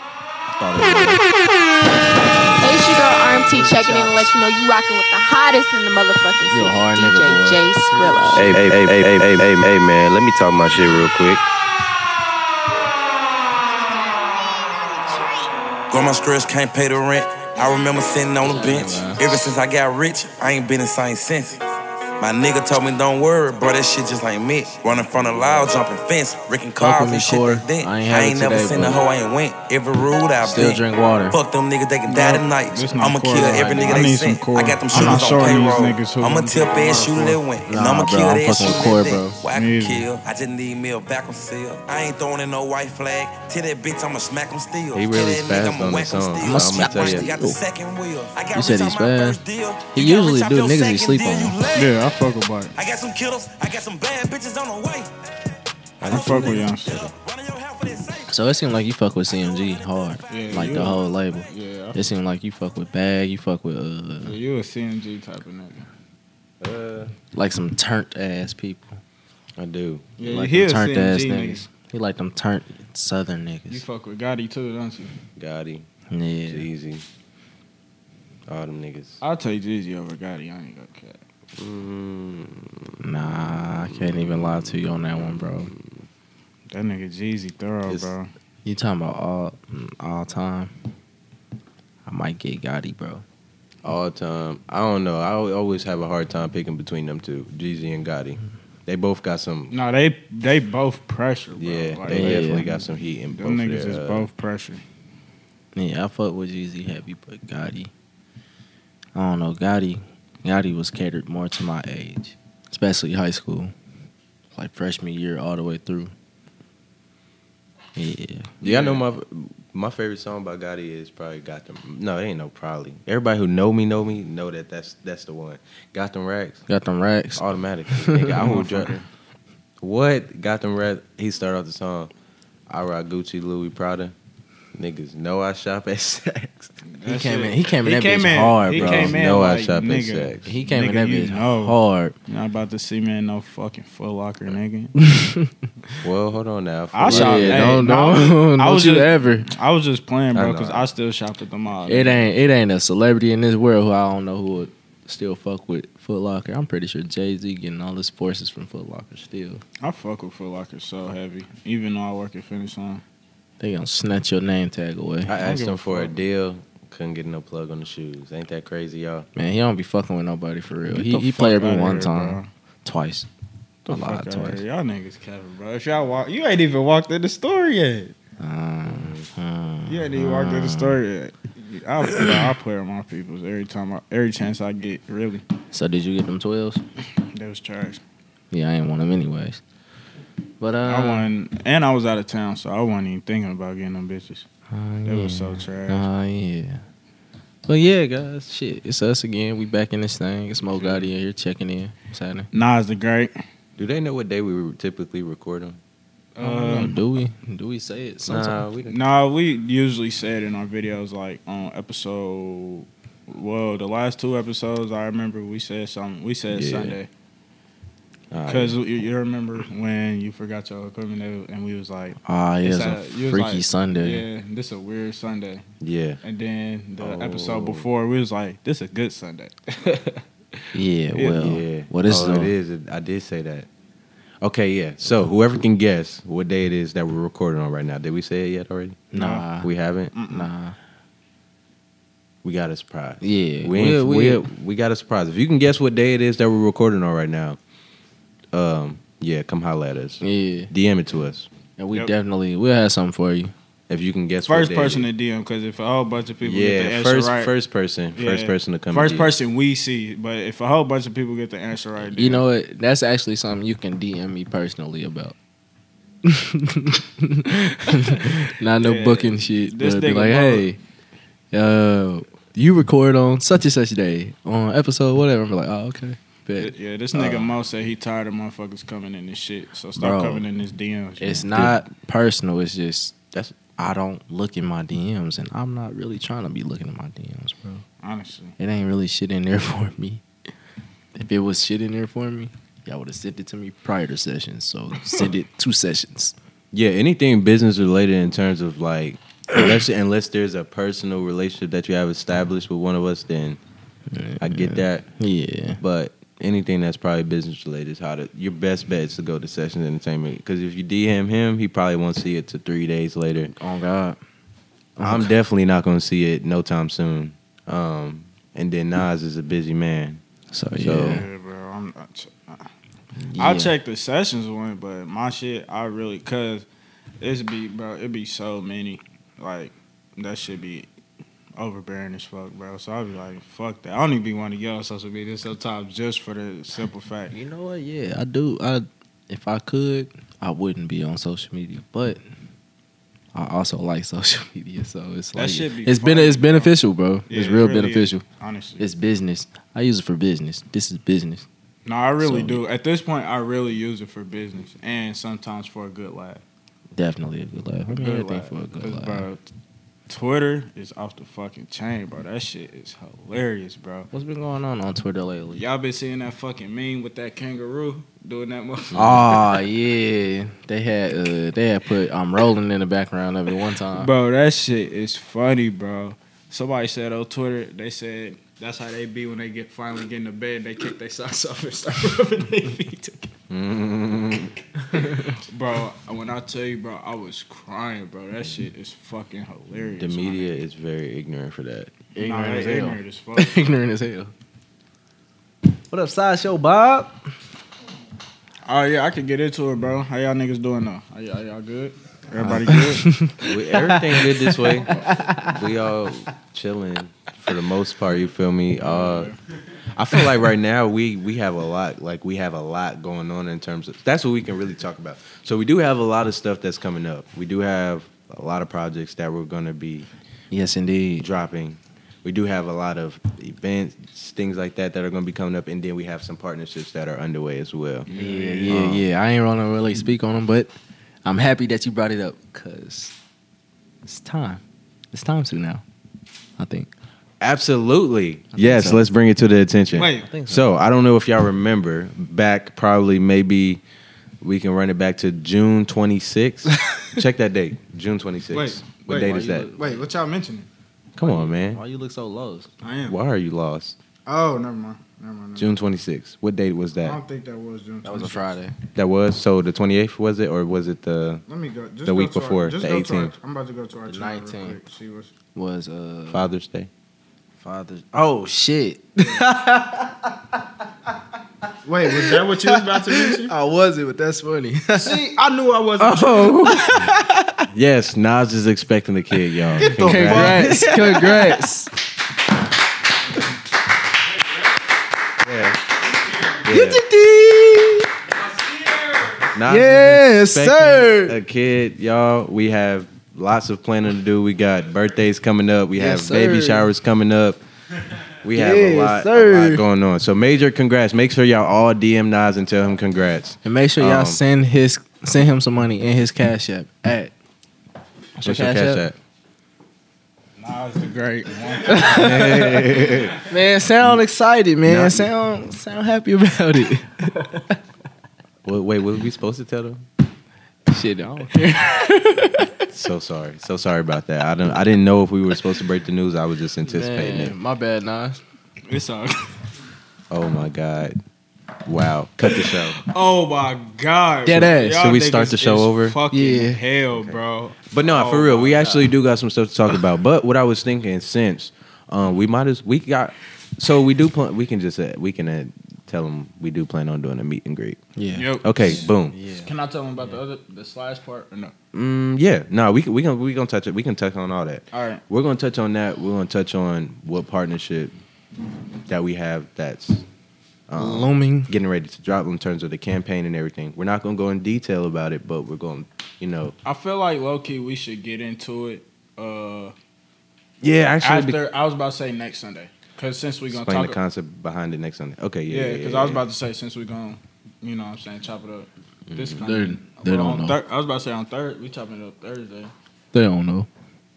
thought it Hey, she girl RMT checking in and let you know you rocking with the hottest in the motherfucking You a city. hard DJ nigga, boy. Jay Skrillo. Hey, hey, hey, hey, hey, hey, hey, man, let me talk my shit real quick. Grandma stress can't pay the rent. I remember sitting on the bench. Ever since I got rich, I ain't been the same since. My nigga told me don't worry, bro, that shit just ain't meant. Running from the loud, jumping fence, wrecking cars with me, and shit Corey. like that. I ain't have it never today, seen but- a hoe I ain't went. Every rule I've Still been. drink water. Fuck them niggas, they can die tonight. this my I'ma Corey kill right every now. nigga I they need some sent. Corey. I got them I'm not shooters on shorting these payroll. niggas who I'ma I'm tip getting ass shooter water that for. went. And Nah, I'ma bro, kill I'm that fucking with shooter Corey, that bro. went. Well, I can Me either. kill. I just need me a vacuum seal. I ain't throwing in no white flag. Tell that bitch I'ma smack him still. He Tell really that is fast nigga I'ma on whack this him song. still. I'ma Smack tell him you. still, got the second wheel. I got You said rich he's on my fast. first deal. He You got usually rich off do. your Niggas he second sleep deal, on. you late. Yeah, I fuck with Bart. I got some killers. I got some bad bitches on the way. I fuck with young shit. Running your house for that safe. So it seemed like you fuck with CMG hard, Yeah, like you- the whole label. Yeah, It seemed like you fuck with Bag, you fuck with uh, you a CMG type of nigga. like some turnt ass people. I do. Yeah, like them you hear turnt CMG ass niggas. niggas. He like them turnt southern You niggas. fuck with Gotti too, don't you? Gotti, yeah, Jeezy, all them niggas. I'll take Jeezy over Gotti. I ain't gonna care. Mm-hmm. nah, I can't even lie to you on that one, bro. That nigga Jeezy thorough, It's- bro. You talking about all mm, all time? I might get Gotti, bro. All time. I don't know. I al- always have a hard time picking between them two, Jeezy and Gotti. They both got some. No, they they both pressure, bro. Yeah, Like, they yeah. definitely got some heat in both. Them of niggas their, is uh, both pressure. Yeah, I fuck with Jeezy heavy, but Gotti. I don't know, Gotti. Gotti was catered more to my age, especially high school, like freshman year all the way through. Yeah, Yeah, I know my my favorite song by Gotti is probably "Got Them." No, it ain't no probably. Everybody who know me know me know that that's that's the one. Got them racks, got them Oh, racks. automatic. Nigga, I will dr- what got them racks? He started off the song. I rock Gucci, Louis Prada. Niggas know I shop at Saks. He came in. He came in. That bitch hard, he bro. Came in No, I like, shop at nigga, Saks. He came in. Nigga, That you bitch know. hard. you not about to see me in no fucking Foot Locker, nigga. Well, hold on now. I shop. yeah, hey, don't no, I don't, was- don't I was you just- ever. I was just playing, I bro, know. because I still shop at the mall. It ain't it ain't a celebrity in this world who I don't know who would still fuck with Foot Locker. I'm pretty sure Jay Z getting all his forces from Foot Locker still. I fuck with Foot Locker so heavy, even though I work at Finish Line. They gonna snatch your name tag away. I asked give a him for a fuck. deal. Couldn't get no plug on the shoes. Ain't that crazy, y'all? Man, he don't be fucking with nobody for real. Get He the he played fuck with outta one here, time, twice. bro. I The lied fuck outta twice. here. Y'all niggas Kevin, bro. If y'all walk, you ain't even walked in the store yet. Uh, You ain't even walked in the store yet. I, bro, I play with my peoples every time, I, every chance I get. Really, So did you get them twelves? that was trash. Yeah, I ain't want them anyways. But uh, I wasn't, and I was out of town, so I wasn't even thinking about getting them bitches. uh, That yeah. was so trash. Uh, yeah. But yeah, guys, shit, it's us again. We back in this thing. It's Mo Gotti in here checking in. What's happening? Nas the Great. Do they know what day we were typically record on? Oh, Um, do we do we say it? Sometimes. we didn't. nah, we usually said in our videos like on episode. Well, the last two episodes, I remember we said something. We said Yeah. Sunday All right. because you, you remember when you forgot your equipment and we was like, Ah, yeah, it's, It's a, a- you was freaky like- Sunday. "Yeah, this a weird Sunday." Yeah. And then the Oh. episode before, we was like, "This a good Sunday." Yeah, Yeah. well, Yeah. well, this oh, is it a- is. It- I did say that. Okay, yeah. So whoever can guess what day it is that we're recording on right now. Did we say it yet already? Uh, nah, We haven't. nah. We got a surprise. Yeah, We, we- ain't- we, we- we, got a surprise. If you can guess what day it is that we're recording on right now, um, yeah, come holla at us. Yeah, DM it to us. and we Yep. definitely we'll have something for you. If you can guess what first day it person is. to DM because if a whole bunch of people get the yeah, answer first right, first person, first yeah, person to come. first to you. person we see. But if a whole bunch of people get the answer right, You then- know what? That's actually something you can DM me personally about. Not no Yeah, booking shit. this but be nigga like, hey, uh, you record on such and such day on episode whatever. I'm like, oh okay, bet. Yeah, this nigga Uh. Mo said he tired of motherfuckers coming in this shit. So stop Bro, coming in this DMs. It's man. not personal. It's just That's- I don't look in my DMs, and I'm not really trying to be looking at my DMs, bro. honestly. It ain't really shit in there for me. If it was shit in there for me, y'all would have sent it to me prior to sessions. So send it two sessions. Yeah, anything business related in terms of like unless unless there's a personal relationship that you have established with one of us, then I get that. Yeah. But anything that's probably business related is how to. Your best bet is to go to Sessions Entertainment because if you DM him, he probably won't see it to three days later. Oh God. I'm definitely not gonna see it no time soon. Um, and then Nas is a busy man. So So- yeah. Yeah, bro. I'm not, yeah. I'll check the sessions one, but my shit, I really, cause it's be, bro, it be so many. Like, that should be overbearing as fuck, bro. So I'll be like, fuck that. I don't even be wanting to yell on social media sometimes just for the simple fact. You know what? Yeah, I do. I if I could, I wouldn't be on social media, but I also like social media, so it's That like shit be it's been fun, it's bro. beneficial, bro. Yeah, it's it real really is, beneficial. honestly. It's business. I use it for business. This is business. no, I really so- do. At this point, I really use it for business and sometimes for a good laugh. Definitely a good laugh. I mean, Good everything laugh. for a good 'Cause, laugh. Bro, Twitter is off the fucking chain, bro. That shit is hilarious, bro. What's been going on on Twitter lately? Y'all been seeing that fucking meme with that kangaroo doing that motherfucker. Oh yeah, they had uh, they had put I'm rolling in the background of it one time. Bro, that shit is funny, bro. Somebody said on Twitter, they said that's how they be when they get finally get in the bed. They kick their socks off and start rubbing their feet together. bro, when I tell you, bro, I was crying, bro. That shit is fucking hilarious. The media is very ignorant for that. man. Nah, ignorant, they as hell. ignorant as fuck. ignorant as hell. What up, sideshow Bob? Oh yeah, I could get into it, bro. How y'all niggas doing though? Are, y- are y'all good? Everybody Uh, good? We, everything good this way. We all chilling for the most part. You feel me? Uh, I feel like right now we we have a lot. Like we have a lot going on in terms of that's what we can really talk about. So we do have a lot of stuff that's coming up. We do have a lot of projects that we're gonna be Yes, indeed. dropping. We do have a lot of events, things like that, that are going to be coming up, and then we have some partnerships that are underway as well. Yeah, yeah, Oh. yeah. I ain't gonna really speak on them, but I'm happy that you brought it up because it's time. It's time to now. I think. Absolutely, think yes. so. Let's bring it to the attention. Wait, think So I don't know if y'all remember back, probably maybe we can run it back to June 26th. Check that date, June 26th. wait, what wait, date why is you that? look- wait, what y'all mentioning? Come on, man. Why you look so low? I am. Why are you lost? Oh, never mind. Never mind. Never mind. June 26th. What date was I that? don't think that was June. That was a 26th. Friday. That was so the 28th was it, or was it the Let me go. Just The go week to our- before, just the go to our- 18th. I'm about to go to our The channel real 19th. quick, see what's- Was uh Father's Day? Father's Oh shit. Wait, was that what you was about to mention? I wasn't, but that's funny. see, I knew I wasn't. Oh. yes, Nas is expecting the kid, y'all. Get the Congrats. congrats. Congrats. Yeah. Nas is Yes, expecting sir. A uh, kid, y'all. We have lots of planning to do. We got birthdays coming up. We have Yes, baby sir. showers coming up. We have a, Yes, lot, a sir. lot going on. So major congrats. Make sure y'all all DM Nas and tell him congrats. And make sure y'all Um, send his send him some money in his cash app at What's your your cash, Cash App? app? Nas the great. Man, sound excited, man. Nah. Sound sound happy about it. Wait, wait, was we supposed to tell them? Shit, I don't care. So sorry. So sorry about that. I don't I didn't know if we were supposed to break the news. I was just anticipating it. Man, my bad, Nas. It's all. Oh my god. Wow. Cut the show. Oh my god. Dead bro. ass. Y'all Should we start niggas the show is over? Fucking Yeah. hell, bro. But no, Oh for real, my we God. actually do got some stuff to talk about. But what I was thinking, since um, we might as we got, so we do plan. We can just uh, we can uh, tell them we do plan on doing a meet and greet. Yeah. Yep. Okay, boom. Yeah. Can I tell them about the other the slash part or no? Mm, yeah, no, we can- we can we gonna touch it. We can touch on all that. All right. We're gonna touch on that. We're gonna touch on what partnership that we have that's um, Looming. getting ready to drop in terms of the campaign and everything. We're not gonna go in detail about it, but we're going, to you know, I feel like low key we should get into it. Uh, yeah. Actually, after I was about to say next Sunday, because since we're gonna explain the talk, concept behind it next Sunday. Okay, yeah, yeah, yeah. because I was about to say since we're gonna, you know, what I'm saying chop it up. This kind They- of, Mm-hmm. they Well, don't on know. Thir- I was about to say on third we chopping it up Thursday. They don't know.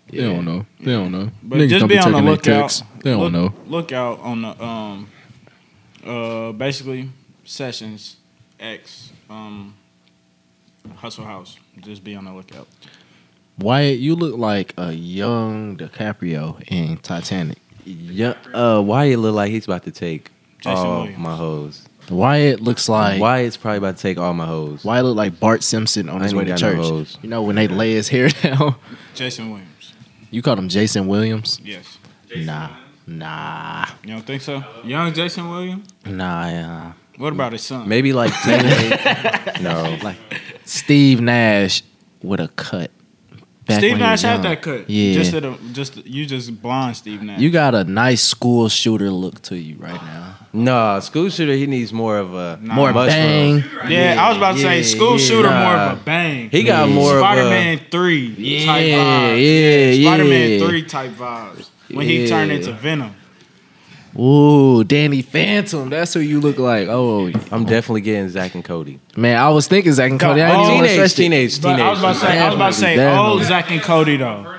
They Yeah. don't know. They don't know. But Niggas just don't be, on the checking their lookout. texts. They don't look, know. Look out on the um, uh, basically sessions X um, hustle house. Just be on the lookout. Wyatt, you look like a young DiCaprio in Titanic. Yeah, uh, Wyatt look like he's about to take Jason all Williams. my hoes. Wyatt looks like Wyatt's probably about to take all my hoes. Wyatt look like Bart Simpson on I his ain't way to got no church. hoes. you know when they lay his hair down. Jason Williams. You called him Jason Williams? Yes. nah, nah, You don't think so? Young Jason Williams? nah, yeah. What about his son? Maybe like ten. no, Like Steve Nash with a cut. Back Steve when he Nash was had young. that cut. Yeah. Just at a, just you just blind Steve Nash. You got a nice school shooter look to you right now. no. School shooter, he needs more of a Nah. More mushroom. bang. yeah, I was about to say yeah, school yeah. shooter, Nah. more of a bang. He got Yeah. more Spider of Man three Yeah, type yeah, vibes. yeah. Spider Man three type vibes. When he turned Yeah. into Venom. Ooh, Danny Phantom. That's who you look like. Oh, a. I'm definitely getting Zach and Cody. man, I was thinking Zach and Cody. I Oh, didn't even teenage, assess it. teenage, But teenage. I was about to say, I was about to say, Definitely. old Zach and Cody though.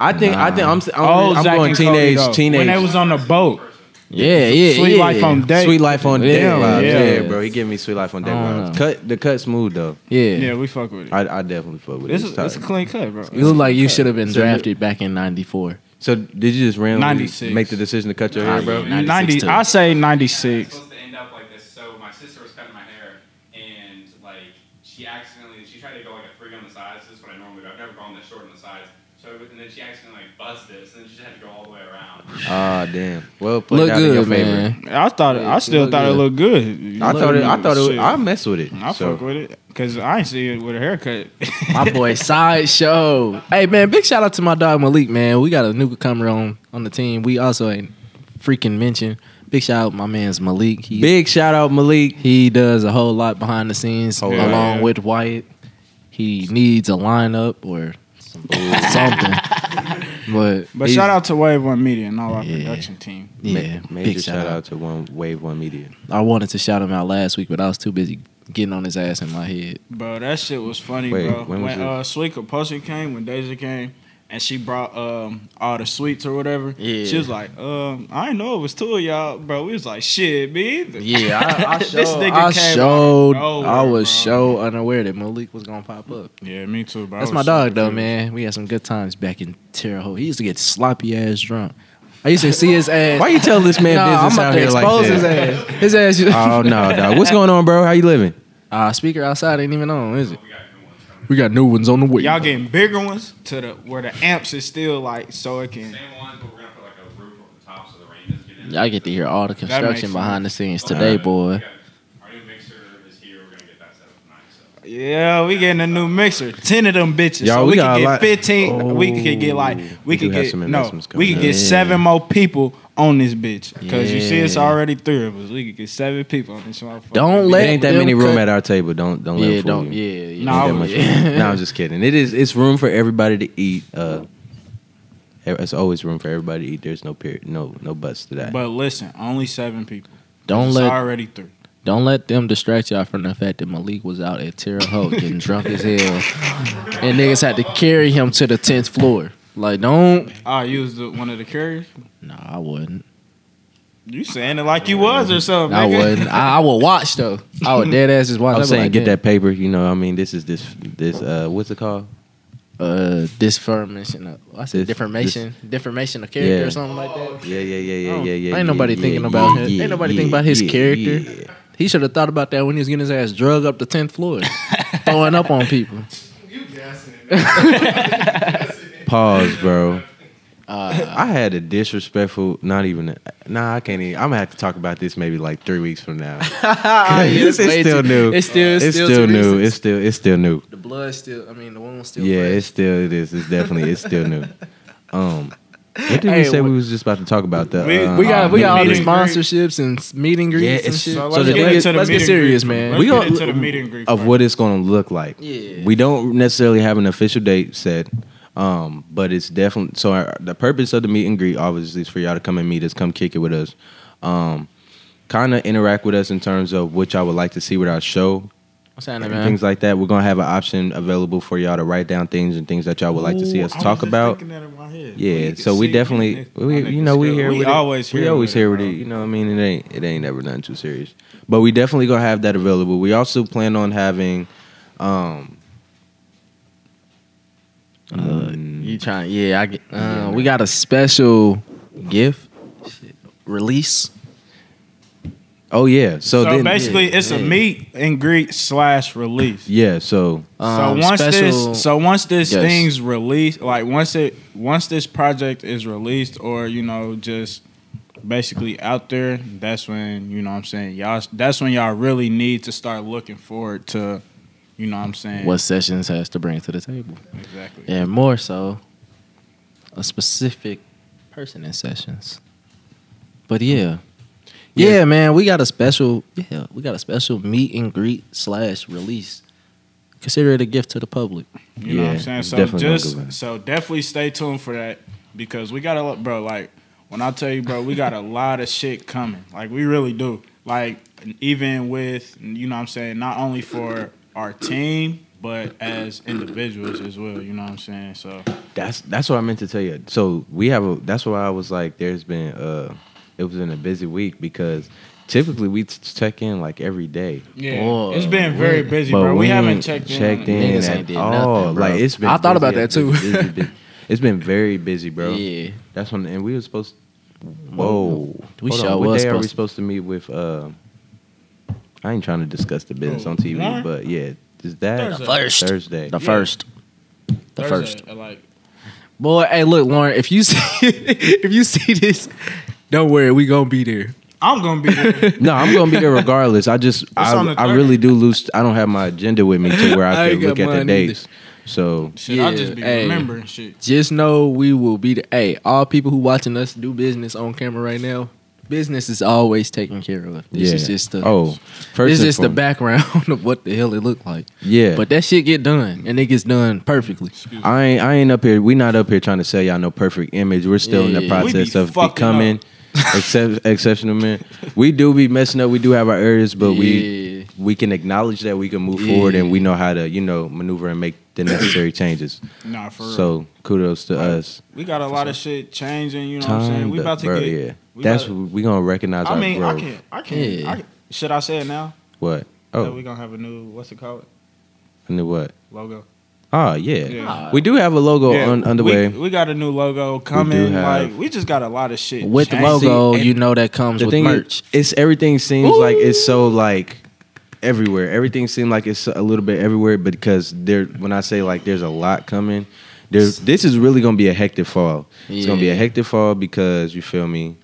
I think, I think I'm, Old I'm, I'm Zach going Oh, and Cody, teenage, though. When they teenage. was on the boat, Yeah, yeah, Sweet yeah. Life on Deck. Sweet life on deck Yeah, vibes. yeah. Yeah. bro. He giving me sweet life on deck I don't vibes. know. Cut the cut smooth though. Yeah. yeah, we fuck with it. I, I definitely fuck with This it. is it's a clean cut, bro. You look like you should have been So you- drafted back in '94. So did you just randomly 96. make the decision to cut your hair, bro? 96 Ninety, too. I say ninety was six. supposed to end up like this. So my sister was cutting my hair, and like she accidentally, she tried to go like a three on the sides. This is what I normally do. I've never gone this short on the sides. So and then she accidentally like buzzed this, and then she just had to go all the way around. Ah damn. Well, played Look out in your good, favor. man. I thought, it Yeah, I still look thought good. it looked good. I thought it. I Look thought it. good. I mess with it. I so. fuck with it because I ain't see it with a haircut. My boy Sideshow. Hey man, big shout out to my dog Malik, man. We got a new comer on on the team. We also ain't freaking mentioned. Big shout out my man's Malik. He Big shout out Malik. he does a whole lot behind the scenes Whole lot. along Oh, Yeah. with Wyatt. He needs a lineup or some- something. But But he's- shout out to Wave One Media and all our Yeah. production team. Ma- yeah, major big shout out. to One Wave One Media. I wanted to shout him out last week, but I was too busy getting on his ass in my head. Bro, that shit was funny, Wait, bro. when When, was it? uh Suika Potion came, when Deja came, and she brought um all the sweets or whatever. Yeah. She was like, um, I didn't know it was two of y'all, bro. We was like, shit, me either. Yeah, I, I This showed, nigga I, came showed out of nowhere, I was bro. so unaware that Malik was gonna pop up. Yeah, me too, Oh, bro. I That's was my so dog, though, confused. man. We had some good times back in Terre Haute. He used to get sloppy ass drunk. I used to see his ass. Why you tell this man Nah, business I'm about out to here like expose that? his ass. His ass. Oh no, dog. What's going on, bro? How you living? Uh, speaker outside ain't even on, is it? We got new ones on the way. Y'all getting bigger ones to the where the amps is still like so it can Same ones, but we're gonna put like a roof over the top so the rain doesn't get in. Y'all get to hear all the construction sense. behind the scenes today, boy. Our new mixer is here. We're gonna get that set up tonight. So Yeah, we getting a new mixer. Ten of them bitches. Y'all, so we we, got could a get lot- fifteen. we could get like Oh. we, We do could have get some no. investments We coming could up. get Yeah. seven more people on this bitch because you see it's Yeah. already three of us. We could get seven people on this motherfucker. Don't There let ain't that them many room cut- at our table. Don't don't let Yeah, him fool don't. you. Yeah, yeah. Ain't that Nah, I much was- room. no, I'm just kidding. It is. It's room for everybody to eat. Uh, e- it's always room for everybody to eat. There's no period. No no buts to that. But listen, only seven people. Don't it's let already three. Don't let them distract y'all from the fact that Malik was out at Terre Haute getting drunk as hell, and niggas had to carry him to the tenth floor. Like, don't. I used Ah, the, one of the carriers. Nah, I wouldn't. You saying it like you was or something? I nigga. wouldn't. I, I would watch though. I would dead ass just watch. I'm I'd be saying like, get "Damn." that paper. You know, I mean, this is this this uh, what's it called? uh disformation of, I said Dis- deformation deformation of character Yeah. or something like that. Yeah, yeah, yeah, yeah, Oh, yeah, yeah. ain't yeah, nobody yeah, thinking yeah, about yeah, him. yeah, Ain't nobody yeah, thinking about his yeah, character. yeah. He should have thought about that when he was getting his ass drug up the tenth floor, throwing up on people. Pause, bro. Uh, I had a disrespectful. Not even. Nah, I can't even. I'm gonna have to talk about this maybe like three weeks from now. it's, way still too- new. it's still- it's still too new. recent. It's still it's still new. The blood still. I mean, the wound still. Yeah, fresh. it's still it is. It's definitely it's still new. Um, what did we Hey, say we wh- was just about to talk about? The We- um, we got we got all the meet and greet. sponsorships and s- meet and greets and it's- shit. so So let's the get thing into is- the let's get meet and serious, greet. man. Let's We get gonna- into the meet and greet of first. what it's going to look like. Yeah. We don't necessarily have an official date set, um, but it's definitely so. Our, the purpose of the meet and greet, obviously, is for y'all to come and meet us, come kick it with us, um, kind of interact with us in terms of what y'all would like to see with our show, What's happening, and man? things like that. We're gonna have an option available for y'all to write down things and things that y'all would like to see Ooh, us I was talk just about. thinking that in my head. Yeah, Well, you so can we see, definitely, nigga, we, my you know, niggas we good. here We with always it. here. we always with here with bro. it. You know, what I mean, it ain't, it ain't never nothing too serious. But we definitely gonna have that available. We also plan on having, um, Uh, you trying? Yeah, I get. Uh, we got a special gift Shit. release. Oh yeah. So, So, then basically, it's a yeah. meet and greet slash release. yeah. So Um, so once special- this, so once this Yes. thing's released, like once it, once this project is released, or you know, just basically out there, that's when you know what I'm saying y'all. That's when y'all really need to start looking forward to, you know what I'm saying. what Sessions has to bring to the table, exactly? and more so, a specific person in Sessions. But yeah. yeah, man, we got a special. Yeah, we got a special meet and greet slash release. Consider it a gift to the public. You know what Yeah, I'm saying? it's So definitely gonna go just back. so definitely stay tuned for that because we got a lot, bro. Like when I tell you, bro, we got a lot of shit coming. Like we really do. Like even with you know what I'm saying, not only for our team but as individuals as well. You know what I'm saying? So That's that's what I meant to tell you. So we have a. That's why I was like, there's been uh, it was been a busy week because typically we t- check in like every day. yeah, Boy, it's been very we- busy, bro. We, haven't ain't checked, checked in. in, Niggas ain't at did all. nothing, bro. like it's been. I thought about that, too. busy, busy, busy. It's been very busy, bro. Yeah, That's when, and we were supposed. Whoa, We Hold on, sure What was day are supposed we to- supposed to meet with? Uh, I ain't trying to discuss the business Who? on TV, Warren? but yeah, is that Thursday. First. Thursday? the first. The Thursday, first. like Boy, hey, look, Lauren. If you see, if you see this, don't worry, we gonna be there. I'm gonna be there. No, I'm gonna be there regardless. I just I, on the I really do lose. I don't have my agenda with me to where I I ain't can look got at the mine either. dates. So shit, I'll just be Yeah, hey. remembering shit. Just know we will be there. Hey, all people who watching us do business on camera right now, business is always taken care of. This yeah, is just the oh, first this and is the foremost- background of what the hell it looked like. Yeah, But that shit get done, and it gets done perfectly. I ain't I ain't up here. We not up here trying to sell y'all no perfect image. We're still Yeah. in the We be process of fucking becoming excep exceptional men. We do be messing up. We do have our areas, but we Yeah. we can acknowledge that we can move forward and we know how to you know maneuver and make the necessary changes. Nah, for real. So kudos to us. we got a lot of shit changing. You know what I'm saying? Time, We about to bro, get. yeah. we That's about- we gonna recognize I our mean, I growth. can, I can. Yeah. I, should I say it now? What? That Oh, we gonna have a new what's it called and then what? logo? Oh yeah. Yeah. we do have a logo Yeah, on underway. We, we got a new logo coming. have- like we just got a lot of shit With the changing. logo, See, you know that comes the with thing merch. is, it's everything seems like it's so like everywhere. Everything seems like it's a little bit everywhere because there. When I say like, there's a lot coming. There's this is really gonna be a hectic fall. It's gonna be a Yeah. hectic fall because you feel me.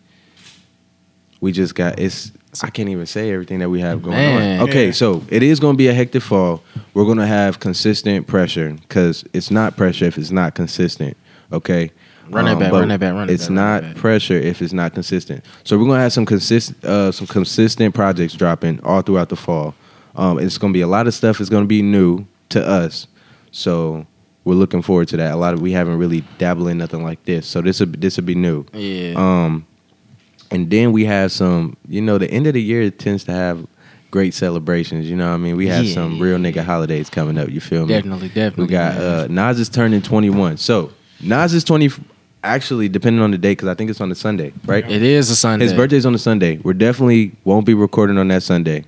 We just got it's. I can't even say everything that we have going Man. on. Okay, Yeah. so it is going to be a hectic fall. We're going to have consistent pressure because it's not pressure if it's not consistent. Okay, Run that back, Um, but run that back, run that It's back, run not that back. pressure if it's not consistent. So we're gonna have some consist uh, some consistent projects dropping all throughout the fall. Um, it's gonna be a lot of stuff. It's gonna be new to us. So we're looking forward to that. A lot of we haven't really dabbled in nothing like this. So this will this will be new. yeah. Um, and then we have some. You know, the end of the year tends to have great celebrations. You know, what I mean, we have Yeah. some real nigga holidays coming up. You feel me? definitely, definitely. We got man. uh, Nas is turning 21. So Nas is 20. Actually, depending on the day, because I think it's on the Sunday, right? it is a Sunday. His birthday's on the Sunday. We are definitely won't be recording on that Sunday.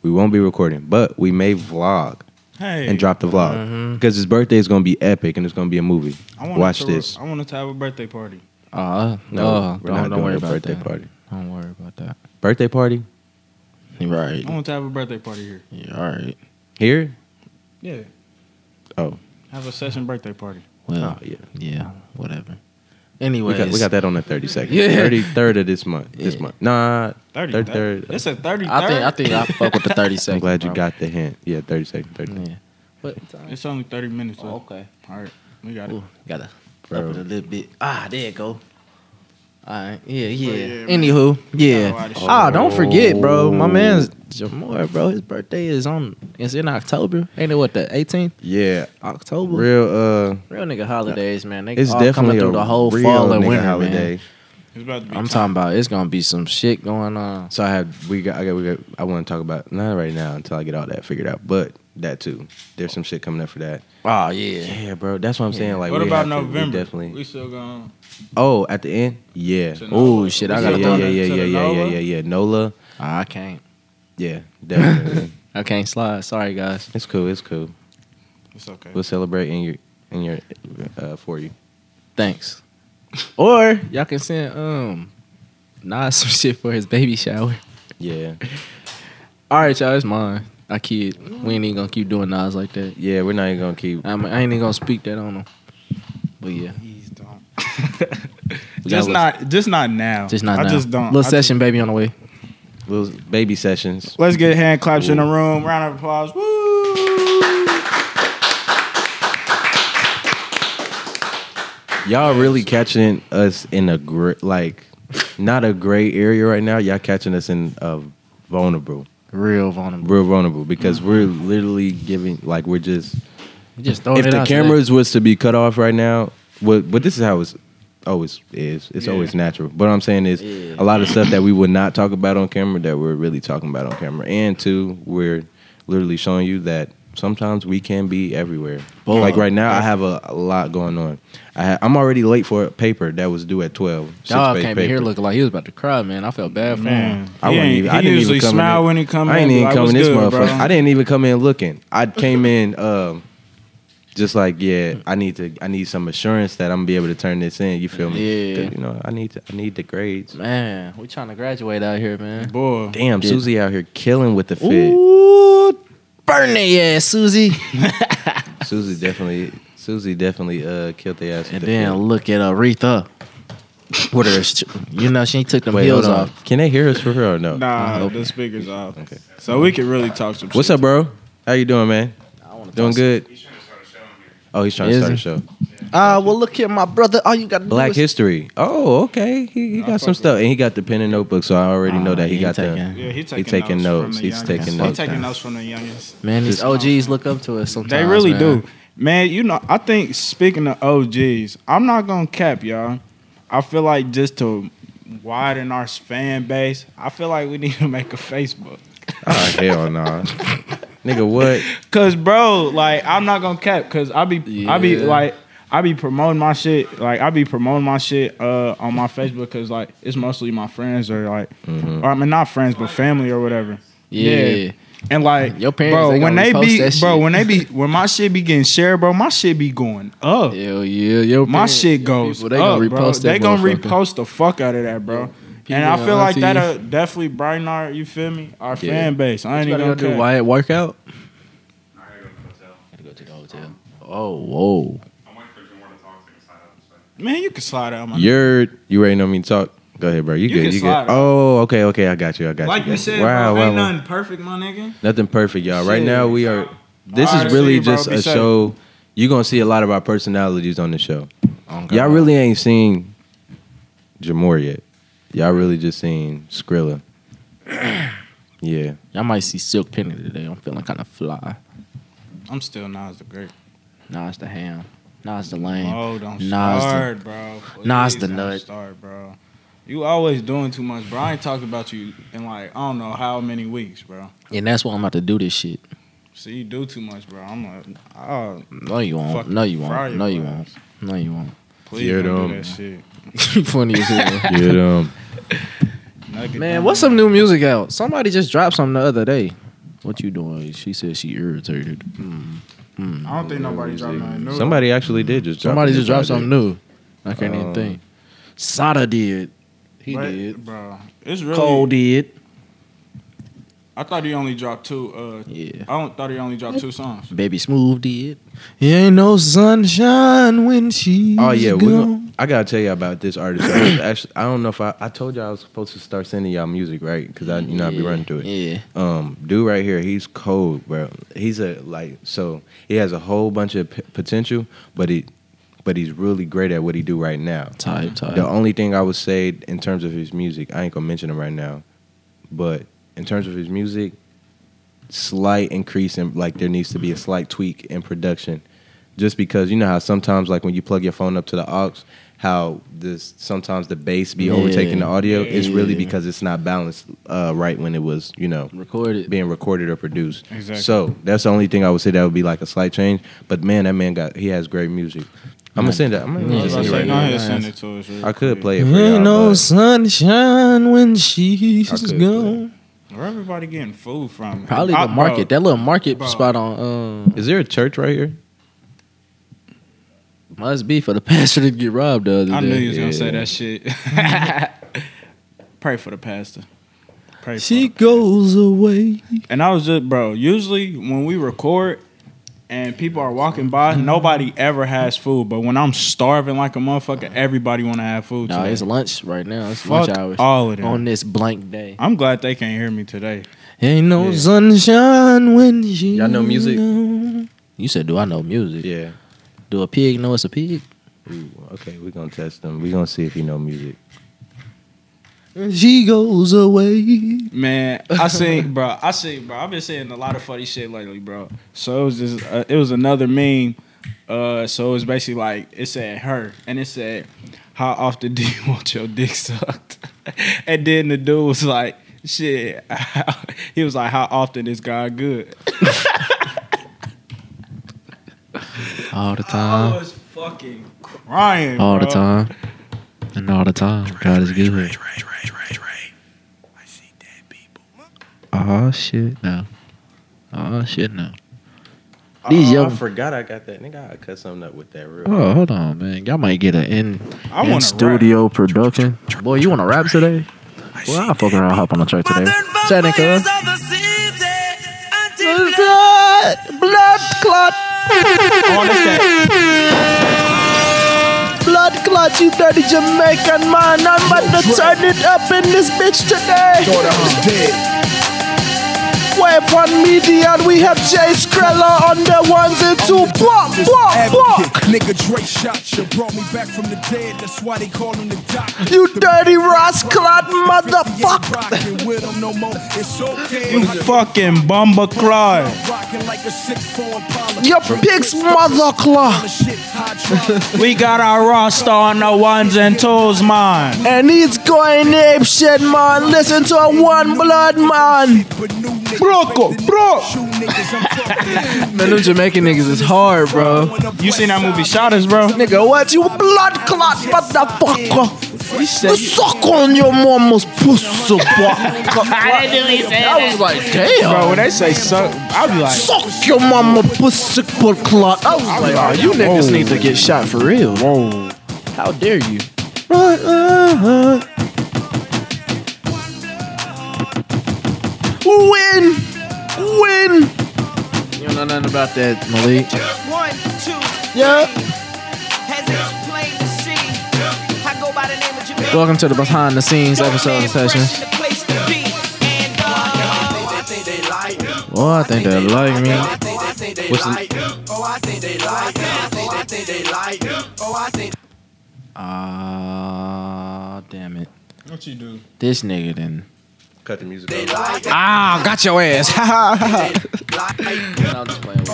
We won't be recording, but we may vlog Hey, and drop the vlog Mm-hmm. because his birthday is going to be epic and it's going to be a movie. I wanted Watch to- this. I wanted to have a birthday party. Uh, No, no, we're Oh, don't, not don't doing worry a about birthday that. party. Don't worry about that. Birthday party Right. I wanted to have a birthday party here. Yeah, all right. here? Yeah. Oh. Have a session birthday party. Well, Oh, yeah. yeah, whatever. We Anyways, got, we got that on the 32nd. Yeah. 33rd of this month. This Yeah. month. Nah, 30, 33rd. It's a 33rd. I think I think I fuck with the thirty I'm seconds. glad you bro. got the hint. Yeah, 32nd, 30th. Yeah. But It's only 30 minutes left. Oh, okay, All right. We got it. Ooh, gotta Bro. up it a little bit. Ah, there it go. All right. Yeah, yeah. yeah, man. Anywho, a lot yeah. of shit. Ah, don't forget, bro. Oh. My man's Jamar, bro. His birthday is on. It's in October. Ain't it what the 18th? Yeah. October. Real, Real uh nigga holidays, man. They It's all definitely coming through a the whole real fall and nigga winter, holiday. man. It's about to be I'm time. talking about it's gonna be some shit going on. So I have we got I got we got I want to talk about not right now until I get all that figured out, but that too. There's some shit coming up for that. Oh yeah. Yeah, bro. That's what I'm saying. Like, what we about have to- we November? definitely. We still going. oh, at the end. Yeah. To Oh, Nola. shit, We I still gotta yeah, yeah, going yeah, to yeah, the yeah, yeah, Nola? yeah, yeah. Nola. Ah, I can't. Yeah, definitely. I can't slide. Sorry, guys. it's cool. It's cool. It's okay. We'll celebrate in your in your uh, for you. Thanks. Or y'all can send um Nas some shit for his baby shower. Yeah, All right, y'all, it's mine. I kid. We ain't even gonna keep doing Nas like that. yeah. We're not even gonna keep. I'm, I ain't even gonna speak that on him. But yeah, Please don't. We got just Lil- not, just not now. just not I now. just don't. Little I just- session, baby, on the way. Little baby sessions. let's get hand claps in the room. Round of applause. Woo! Mm. Y'all really catching us in a gr- like not a gray area right now. Y'all catching us in a vulnerable, Real vulnerable. real vulnerable because we're literally giving like we're just. We Just throwing if it the out there. cameras was to be cut off right now, what but this is how it's always is. It's Yeah. always natural. But what I'm saying is a lot of stuff that we would not talk about on camera that we're really talking about on camera. And two, we're literally showing you that sometimes we can be everywhere. Boy. Like right now, I have a, a lot going on. I ha- I'm already late for a paper that was due at twelve. Dog Six-page came in here paper. looking like he was about to cry, man. I felt bad for Man, him. I wasn't even- he, ain't- he I didn't even usually come in smile here. when he come. I in, ain't be even like, coming "What's this good, bro?" motherfucker. I didn't even come in looking. I came in um just like yeah, I need to I need some assurance that I'm gonna be able to turn this in. You feel me? Yeah. 'Cause, You know, I need to, I need the grades. Man, we trying to graduate out here, man. Boy, Damn, Yeah. Susie out here killing with the fit. Ooh, burn their ass, Susie. Susie definitely Susie definitely uh killed their ass with And the then fit. look at uh, Aretha. What are you know she took them Wait, heels hold on. off. Can they hear us for real or no? nah, okay. the speakers off. So we could really talk some. What's shit. up, bro? How you doing, man? Doing good? He's trying to start a show on here. Oh, he's trying to Is start he? a show. Ah, well look here, my brother. All you got to Black do is History. Oh, okay. He, he I got some fuck stuff, and he got the pen and notebook. So I already know Ah, that he, he got taking- the. Yeah, he taking, taking notes. notes. He's from the taking youngest. notes. He taking Nah. notes from the youngest. man. These OGs look up to us sometimes. They really man. do. Man, you know, I think speaking of OGs, I'm not gonna cap y'all. I feel like just to widen our fan base, I feel like we need to make a Facebook. Oh hell no, nigga. What? Cause bro, like I'm not gonna cap. Cause I be I be Yeah. like I be promoting my shit. Like I be promoting my shit uh on my Facebook. Cause like it's mostly my friends or like Mm-hmm. or I mean not friends but family or whatever. Yeah. And like Your parents, bro, they when gonna they repost be that bro, shit. when they be when my shit be getting shared, bro, my shit be going up. Hell yeah. Yo, My shit goes people, they up, gonna bro. repost that They gonna motherfucker. repost the fuck out of that, bro. and I People, feel like aunties. that'll definitely brighten our you feel me our Yeah. fan base. I ain't You even gotta gonna go do cap. Wyatt workout. I gotta go to the hotel. Gotta go to the hotel. Oh, whoa. I'm waiting for Jamar to talk to me. So I have to say. Man, you can slide out my. You're you already know me to talk. Go ahead, bro. You, You good? can You slide. good? Oh, okay, okay. I got you. I got Like you. you got said, wow, bro, wow, ain't wow. nothing perfect, my nigga. Nothing perfect, y'all. Right Shit. now we are. This All right, is really see you, bro. just Be a safe. show. You're gonna see a lot of our personalities on the show. Y'all really ain't seen Jamor yet. Y'all really just seen Skrilla. yeah. Y'all might see Silk Penny today. I'm feeling kind of fly. I'm still Nas the Great. Nas the ham. Nas the lame. Oh, don't Nas the- start, bro. Please Nas the don't nut. Start, bro. You always doing too much, bro. I ain't talked about you in like I don't know how many weeks, bro. And that's why I'm about to do this shit. So you do too much, bro. I'm like, oh, No, you won't. Fucking no, you fry won't. your No, you won't. ass. No, you won't. please Get don't do him. that shit. Funny as hell. Yeah. Um, Nugget Man, down. what's some new music out? Somebody just dropped something the other day. What you doing? She said she irritated. Mm, mm. I don't think nobody dropped nothing new. somebody actually did just drop Somebody a new just dropped project. something new. I can't Um, even think. Sada did. He But, did. bro. It's really. Cole did. I thought he only dropped two. Uh, Yeah. I don't thought he only dropped two songs. Baby Smooth did. Ain't no sunshine when she. Oh yeah, we gon- I gotta tell you about this artist. I was actually, I don't know if I, I told you I was supposed to start sending y'all music, right? Because I, you know, I be running through it. Yeah. Um, dude, right here, he's cold, bro. He's a like, so he has a whole bunch of p- potential, but he, but he's really great at what he do right now. Type, type. The only thing I would say in terms of his music, I ain't gonna mention him right now, but in terms of his music, slight increase in like there needs to be a slight tweak in production, just because you know how sometimes like when you plug your phone up to the aux, how this sometimes the bass be Yeah. overtaking the audio. It's really Yeah. because it's not balanced uh, right when it was you know Recorded. being recorded or produced. Exactly. So that's the only thing I would say that would be like a slight change. But man, that man got he has great music. I'm gonna send that. I'm gonna I Yeah, send it was about to say, right go now. ahead and nice. send it to us. real I could quick. play it for y'all. Ain't no but- sunshine when I she's could, gone. Where everybody getting food from? Probably I- the market. Bro, that little market Bro. spot on. Um, Is there a church right here? Must be for the pastor to get robbed the other I day. knew you was gonna yeah. say that shit. Pray for the pastor. Pray for She him. goes away. And I was just, bro. Usually when we record and people are walking by, Mm-hmm. nobody ever has food. But when I'm starving like a motherfucker, everybody want to have food. Nah, today. it's lunch right now. It's Fuck lunch hours. all of them. On this blank day. I'm glad they can't hear me today. Ain't no Yeah. sunshine when you Y'all know music? know. You said, do I know music? Yeah. Do a pig know it's a pig? Ooh, okay, we're gonna test him. We're gonna see if he know music. She goes away. Man, I seen, bro. I seen, bro. I've been seeing a lot of funny shit lately, bro. So it was just, uh, it was another meme. Uh, so it was basically like it said her, and it said, "How often do you want your dick sucked?" and then the dude was like, "Shit," he was like, "How often is God good?" All the I time. was fucking crying All the bro. time. And all the time. God is good. Oh shit no. Oh shit no. These Uh, oh, young- I forgot I got that. Nigga, I cut something up with that real. Oh, hold on, man. Y'all might get an in, I in want studio production. Boy, you want to rap today? Well, I'll fucking around hop on the track today. Chatting, cuz. Blood clot, Oh, that's that. blood clot, you dirty Jamaican man. I'm about to turn it up in this bitch today. Wave on media, and we have Jay Skreller on the ones and two. Block, block, Advocate. block. Nigga Drake shot you, brought me back from the dead. That's why they call him the doctor. You dirty Ross clot motherfucker. Rockin' with him no more. It's okay. You fucking bumba cry. Rockin' like a six four Impala. Your pig's mother claw. All the shit hydraulic. We got our roster on the ones and twos, man. And he's going ape shit, man. Listen to a one blood man. But new niggas Broco, make the bro. new shoe niggas. I'm talking like you Man, them Jamaican niggas is hard, bro. You seen that movie Shotters, bro? Nigga, what? You blood clot motherfucker. He You said suck on your mama's pussy, fucker. I was like, damn. Bro, when they say suck, I'll be like, Suck your mama pussy butt clot. I was like, oh, you niggas need to get shot for real. Whoa. How dare you? Win! Win! You don't know nothing about that, Malik. One, two, Yeah. has explained the scene. I go by the name of Jamaica. Welcome to the behind the scenes Dope episode man, of Sessions. fresh in the place to be. And, uh, Oh, I think they like me. What's the, Ah, damn it. What you do? This nigga then. cut the music off. Ah, got your ass. No, I'm just playing with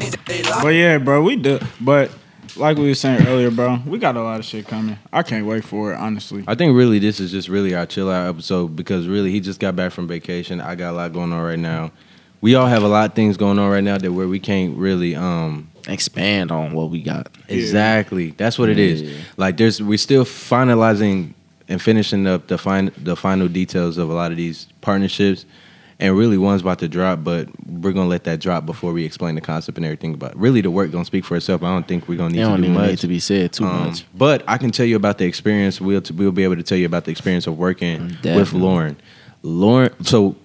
you. But yeah, bro, we do. But like we were saying earlier, bro, we got a lot of shit coming. I can't wait for it, honestly. I think really this is just really our chill out episode because really he just got back from vacation. I got a lot going on right now. We all have a lot of things going on right now that where we can't really um expand on what we got. exactly. That's what it is. Yeah. Like there's we're still finalizing and finishing up the fin- the final details of a lot of these partnerships. And really one's about to drop, but we're gonna let that drop before we explain the concept and everything. But really the work gonna speak for itself. I don't think we're gonna It need don't to do even much. need to be said too Um, much. But I can tell you about the experience. We'll we'll be able to tell you about the experience of working with Definitely. Lauren. Lauren. So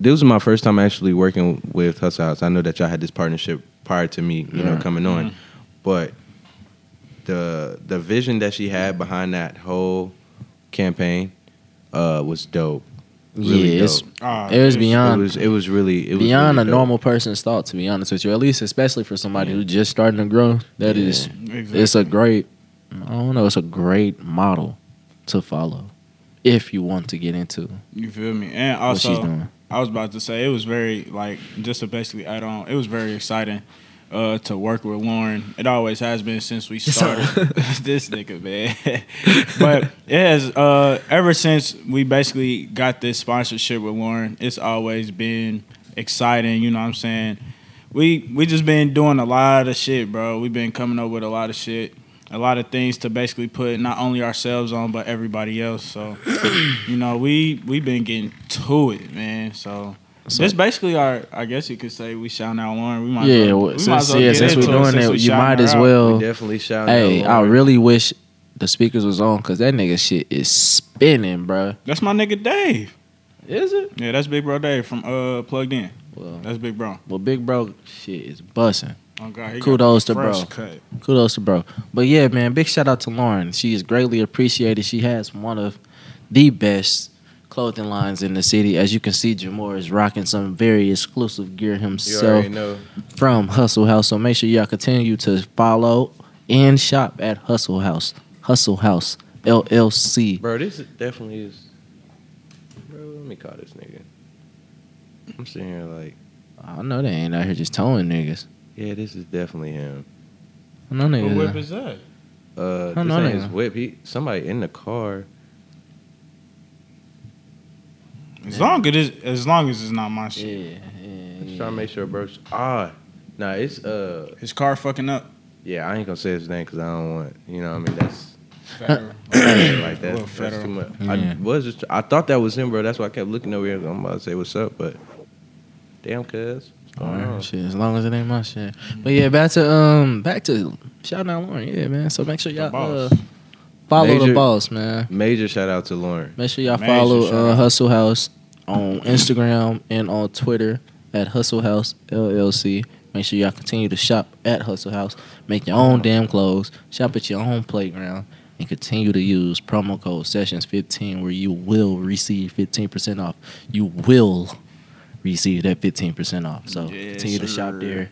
this was my first time actually working with Hus House. I know that y'all had this partnership prior to me, you know, Yeah. Mm-hmm. coming on, but the the vision that she had behind that whole campaign uh, was dope. Really yeah, it's, dope. Ah, it was it's- It beyond was it was really it was beyond really a dope. normal person's thought. To be honest with you, at least especially for somebody who's just starting to grow, that is, Exactly. it's a great. I don't know. It's a great model to follow if you want to get into You feel me? And what she's also, doing. I was about to say it was very like just to basically add on. It was very exciting uh, to work with Lauren. It always has been since we started. this nigga man, but it has uh, ever since we basically got this sponsorship with Lauren. It's always been exciting. You know what I'm saying? We we just been doing a lot of shit, bro. We've been coming up with a lot of shit. A lot of things to basically put not only ourselves on but everybody else. So you know, we we been getting to it, man. So So, this basically our. I guess you could say we shout out Lauren. We might. yeah, as well, well, we might since as well yeah, get since we're into it doing since it, we you shouting might her as out. well. Definitely shout Hey, out. I Lauren. really wish the speakers was on because that nigga shit is spinning, bruh. That's my nigga Dave. Is it? Yeah, that's Big Bro Dave from uh Plugged In. Well, That's Big Bro. well, big bro, shit is bussing. Oh God, he got Kudos the to bro. fresh Cut. Kudos to bro. But yeah, man, big shout out to Lauren. She is greatly appreciated. She has one of the best clothing lines in the city. As you can see, Jamor is rocking some very exclusive gear You himself already know. from Hustle House. So make sure y'all continue to follow and shop at Hustle House. Hustle House LLC. Bro, this is- definitely is. Bro, let me call this nigga. I'm sitting here like, I know they ain't out here just towing niggas. yeah, this is definitely him. I know What niggas. whip is that? Uh, I this know ain't that. his whip. He somebody in the car. As long as it is, as long as it's not my yeah, shit. yeah, Just yeah. trying to make sure, bro. Ah, nah, it's uh, His car fucking up. yeah. I ain't gonna say his name because I don't want. You know, what I mean, that's Federal. like that. Little That's federal. too much. Yeah. I was just. I thought that was him, bro. That's why I kept looking over here. I'm about to say what's up, but damn, cuz. What's going Alright, Oh. on? shit, as long as it ain't my shit. But yeah, back to um, back to shout out Lauren, yeah, man. So make sure y'all uh, boss. follow the Major- boss, man. Major shout out to Lauren. Make sure y'all Major follow shout uh, out. Hustle House on Instagram and on Twitter at Hustle House LLC. Make sure y'all continue to shop at Hustle House. Make your own damn clothes. Shop at your own playground. And continue to use promo code Sessions15 where you will receive 15% off. You will receive that 15% off. So Yes, continue to shop sir. there.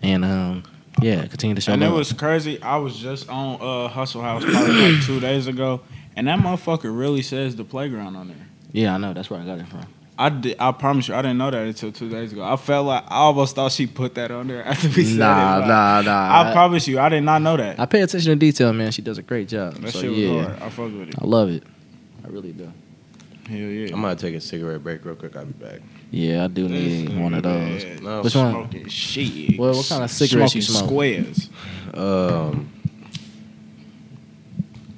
And um, yeah, continue to shop. And it up. was crazy. I was just on uh Hustle House probably like two days ago, and that motherfucker really says the playground on there. yeah, I know. That's where I got it from. I did, I promise you, I didn't know that until two days ago. I felt like I almost thought she put that on there after we said it. Nah, like, nah, nah. I, promise you, I did not know that. I pay attention to detail, man. She does a great job. that so, shit was yeah, hard. I fuck with it. I love it. I really do. Hell yeah. I'm gonna take a cigarette break real quick. I'll be back. Yeah, I do need This one of nigga, those. No, Which one? Smoking shit. Well, what kind of cigarettes you Smoking smoke? Squares. Um,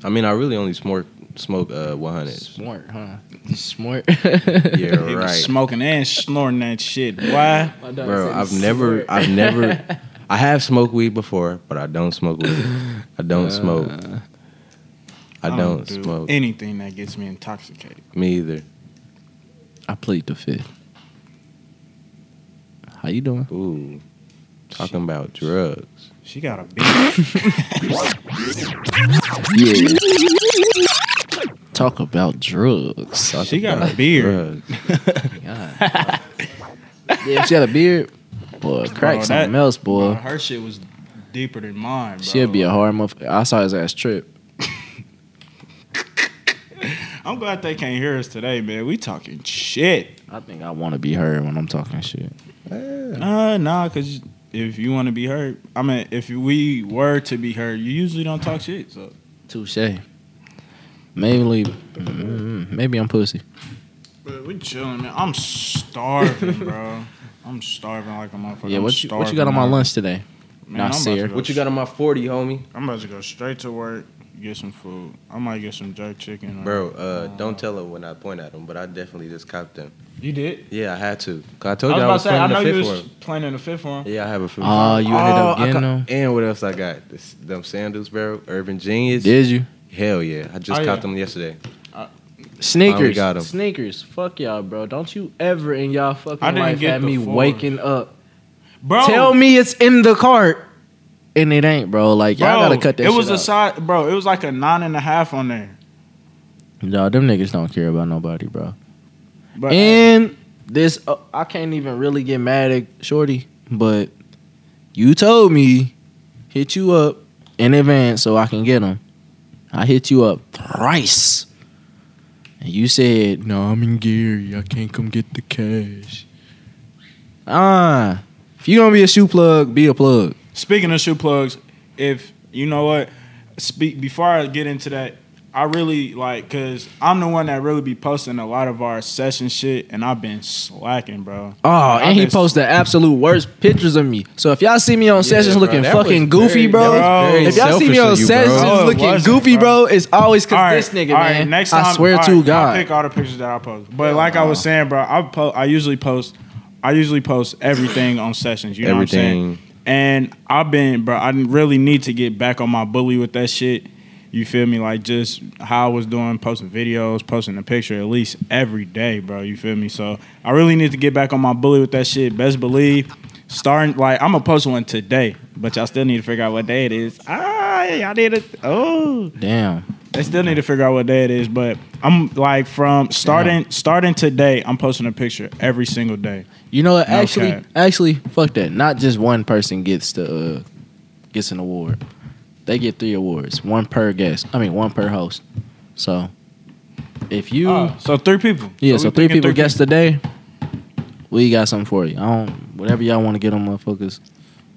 I mean, I really only smoke smoke uh 100. Smart, huh? Smart. Yeah, He was right, Smoking and snorting that shit. Why? bro. I've never, I've never, I have smoked weed before, but I don't smoke weed. I don't smoke. Uh, I don't, Uh, do smoke. anything that gets me intoxicated. Me either. I plead the fifth. How you doing? Ooh, talking about drugs. She got a bitch. Yeah. Talk about drugs. she got a beard. Drugs. yeah, she had a beard. Boy, crack Bro, something that- else, boy. Bro, her shit was deeper than mine. Bro. She'll be a hard motherfucker. I saw his ass trip. I'm glad they can't hear us today, man. We talking shit. I think I want to be her when I'm talking shit. Eh, Uh, nah, cause if you want to be heard, I mean, if we were to be heard, you usually don't talk shit. So Touche. Maybe, mm, maybe I'm pussy. but we chilling, man. I'm starving, bro. I'm starving like a motherfucker. Yeah, I'm what you, what you got starving, on my bro. lunch today? Man, Nah, I'm about sir. to go- What you got on my 40, homie? I'm about to go straight to work, get some food. I might get some jerk chicken, or- Bro, uh, don't tell her when I point at him, but I definitely just copped them. You did. Yeah, I had to. 'Cause I I told was you I about to was say, I playing know the you fifth was Ah, one. playing in the fifth one. Yeah, I have a few. Oh, you ended up I getting them? got- And what else I got? This, them sandals, bro. Urban Genius. Did you Hell yeah! I just Oh, caught yeah. them yesterday. sneakers? got 'em. Sneakers. Fuck y'all, bro. Don't you ever in y'all fucking I didn't life get have the me four. waking up. Bro, Tell me it's in the cart, and it ain't, bro. Like y'all gotta cut that. It shit was a out. side, bro. It was like a nine and a half on there. No, them niggas don't care about nobody, bro. But um, And this, uh, I can't even really get mad at Shorty, but you told me hit you up in advance so I can get them. I hit you up thrice, and you said, "No, I'm in Gary. I can't come get the cash." Ah, if you gonna be a shoe plug, be a plug. uh, Speaking of shoe plugs, if you know what, speak before I get into that. I really like because I'm the one that really be posting a lot of our session shit, and I've been slacking, bro. Oh, and he been- posted the absolute worst pictures of me. So if y'all see me on sessions bro, looking that fucking was goofy, very- bro, that was very if y'all see me selfish on of you, bro. sessions No, it looking wasn't, goofy, bro, bro. it's always because All right, this nigga, all right, man. next I time- swear all to right, God. uh-huh. I pick all the pictures that I post, but like I was saying, bro, I po- I usually post I usually post everything on sessions. You know what I'm saying? Everything. And I've been, bro, I didn't really need to get back on my bully with that shit. You feel me? Like just how I was doing, posting videos, posting a picture at least every day, bro. You feel me? So I really need to get back on my bully with that shit. Best believe, starting like I'm gonna post one today, but y'all still need to figure out what day it is. Ah, y'all need to. Oh, Damn. they still need to figure out what day it is. But I'm like from starting starting today, I'm posting a picture every single day. You know, what? actually, cap. actually, fuck that. Not just one person gets the uh, gets an award. They get three awards, one per guest. I mean, one per host. So, if you Oh, so three people. yeah, we so three picking people guessed today. We got something for you. I don't. Whatever y'all want to get them, motherfuckers,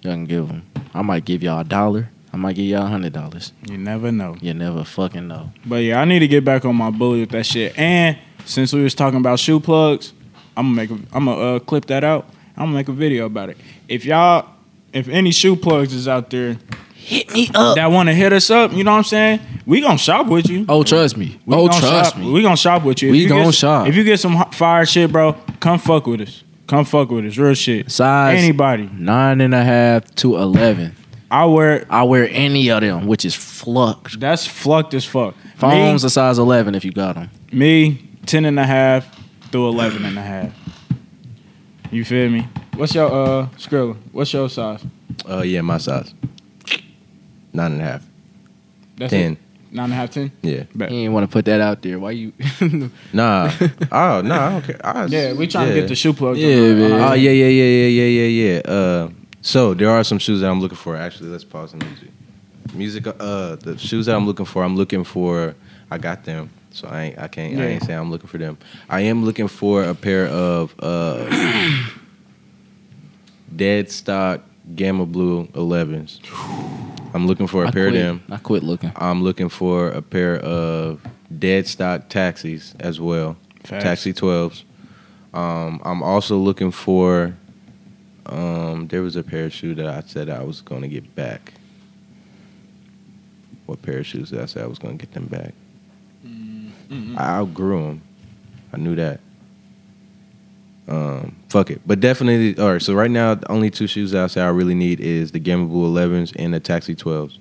y'all can give them. I might give y'all a dollar. I might give y'all a hundred dollars. You never know. You never fucking know. But yeah, I need to get back on my bully with that shit. And since we was talking about shoe plugs, I'm gonna make a, I'm gonna uh, clip that out. I'm gonna make a video about it. If y'all, if any shoe plugs is out there, hit me up. That want to hit us up, you know what I'm saying? We gonna shop with you. Oh, trust me. We oh, gonna trust shop- me. We gonna shop with you. We you gonna get, shop. If you get some hot fire shit, bro, come fuck with us. Come fuck with us. Real shit. Size Anybody. nine and a half to eleven. I wear I wear any of them, which is flux. that's flucked as fuck. Phones Me, a size 11 if you got them. me 10 and a half through 11 and a half. You feel me? What's your uh Skrilla? What's your size? Uh, yeah, my size. Nine and a half. That's Ten. It. Nine and a half, ten? Yeah. He ain't want to put that out there. Why you? Nah. oh, no, I don't care. I was- Yeah, we trying to yeah. get the shoe plugs. uh, Yeah, man. Oh, yeah, yeah, yeah, yeah, yeah, yeah, yeah. Uh, so there are some shoes that I'm looking for. Actually, let's pause the music. Music. Uh, the shoes that I'm looking for, I'm looking for. I got them, so I ain't, I can't. I ain't Yeah. say I'm looking for them. I am looking for a pair of uh, dead stock Gamma Blue 11s. I'm looking for a I pair quit. of them. I quit looking. I'm looking for a pair of dead stock taxis as well. Facts. Taxi 12s. Um, I'm also looking for. Um, there was a pair of shoes that I said I was going to get back. What pair of shoes did I say I was going to get them back? I outgrew them. I knew that. Um, fuck it. But definitely, all right. So right now, the only two shoes that I say I really need is the Gamma Blue 11s and the Taxi 12s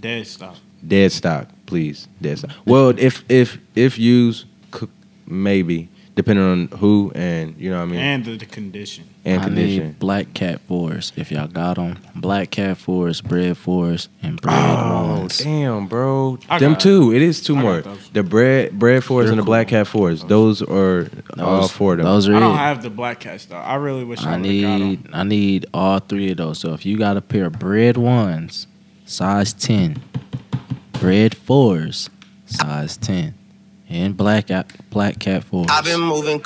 Dead stop. dead stock, please. Dead stock. Well, if if if used, cook maybe depending on who and you know what I mean And the, the condition. and I condition. need black cat fours if y'all got them. Black cat fours, bread fours, and bread Oh ones. damn, bro! I Them got- two. It is two I got more. those. The bread, bread fours, They're and the black cat fours. Those are all four of them. Those I are don't it. have the black cat stuff. I really wish I I, would have got them. need I need all three of those. So if you got a pair of bread ones, size ten, bread fours, size ten, and black out black cat fours, I've been moving.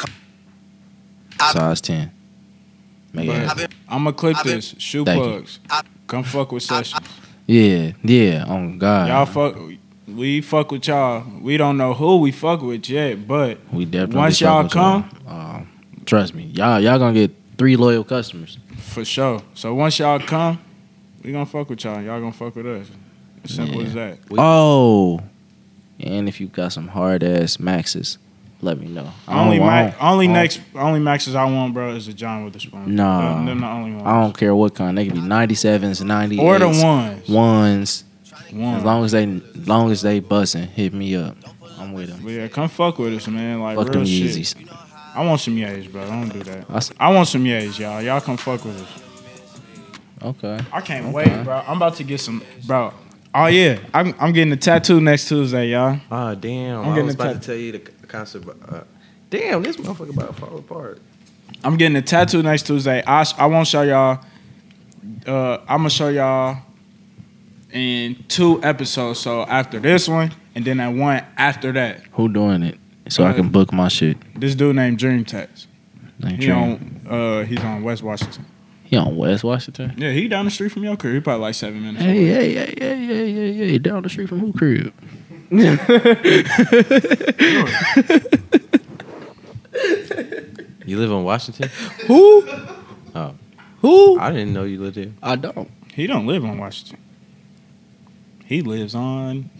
size ten. Make it happen. I'm gonna clip this. Shoe Thank you. plugs. Come fuck with sessions. Yeah, yeah. On God, Y'all fuck. We fuck with y'all. We don't know who we fuck with yet, but We definitely Once fuck y'all with y'all. Uh, trust me, y'all y'all gonna get three loyal customers. for sure. So once y'all come, we gonna fuck with y'all. Y'all gonna fuck with us. As simple as that. oh, and if you got some hard ass maxes, let me know. I don't Only want- Mac, only I don't- next, only maxes I want, bro, is the John Witherspoon. Nah. them, them the only ones. I don't care what kind. They can be ninety sevens, ninety or the ones. Mm. ones. As One. long as they, as long as they busting, hit me up. I'm with them. But yeah, come fuck with us, man. Like Fuck real them shit. Yeezys. I want some yays, bro. Don't do that. I s- I want some yays, y'all. Y'all come fuck with us. Okay. I can't Okay. wait, bro. I'm about to get some, bro. Oh yeah, I'm I'm getting a tattoo next Tuesday, y'all. Ah damn! I'm i getting was a about tat- to tell you the c- concept. but, Uh, damn, this motherfucker about to fall apart. I'm getting a tattoo next Tuesday. I sh- I won't show y'all. Uh, I'm gonna show y'all in two episodes. So after this one, and then that one after that. Who doing it? So I can book my shit. This dude named Dream Tats. Like, He on uh, he's on West Washington. he on West Washington. Yeah, he down the street from your crib. He probably like seven minutes. Hey, away. hey, hey, hey, hey, hey, hey, down the street from who crib? You live in Washington? Who? Oh. Who? I didn't know you lived there. I don't. He don't live on Washington. He lives on.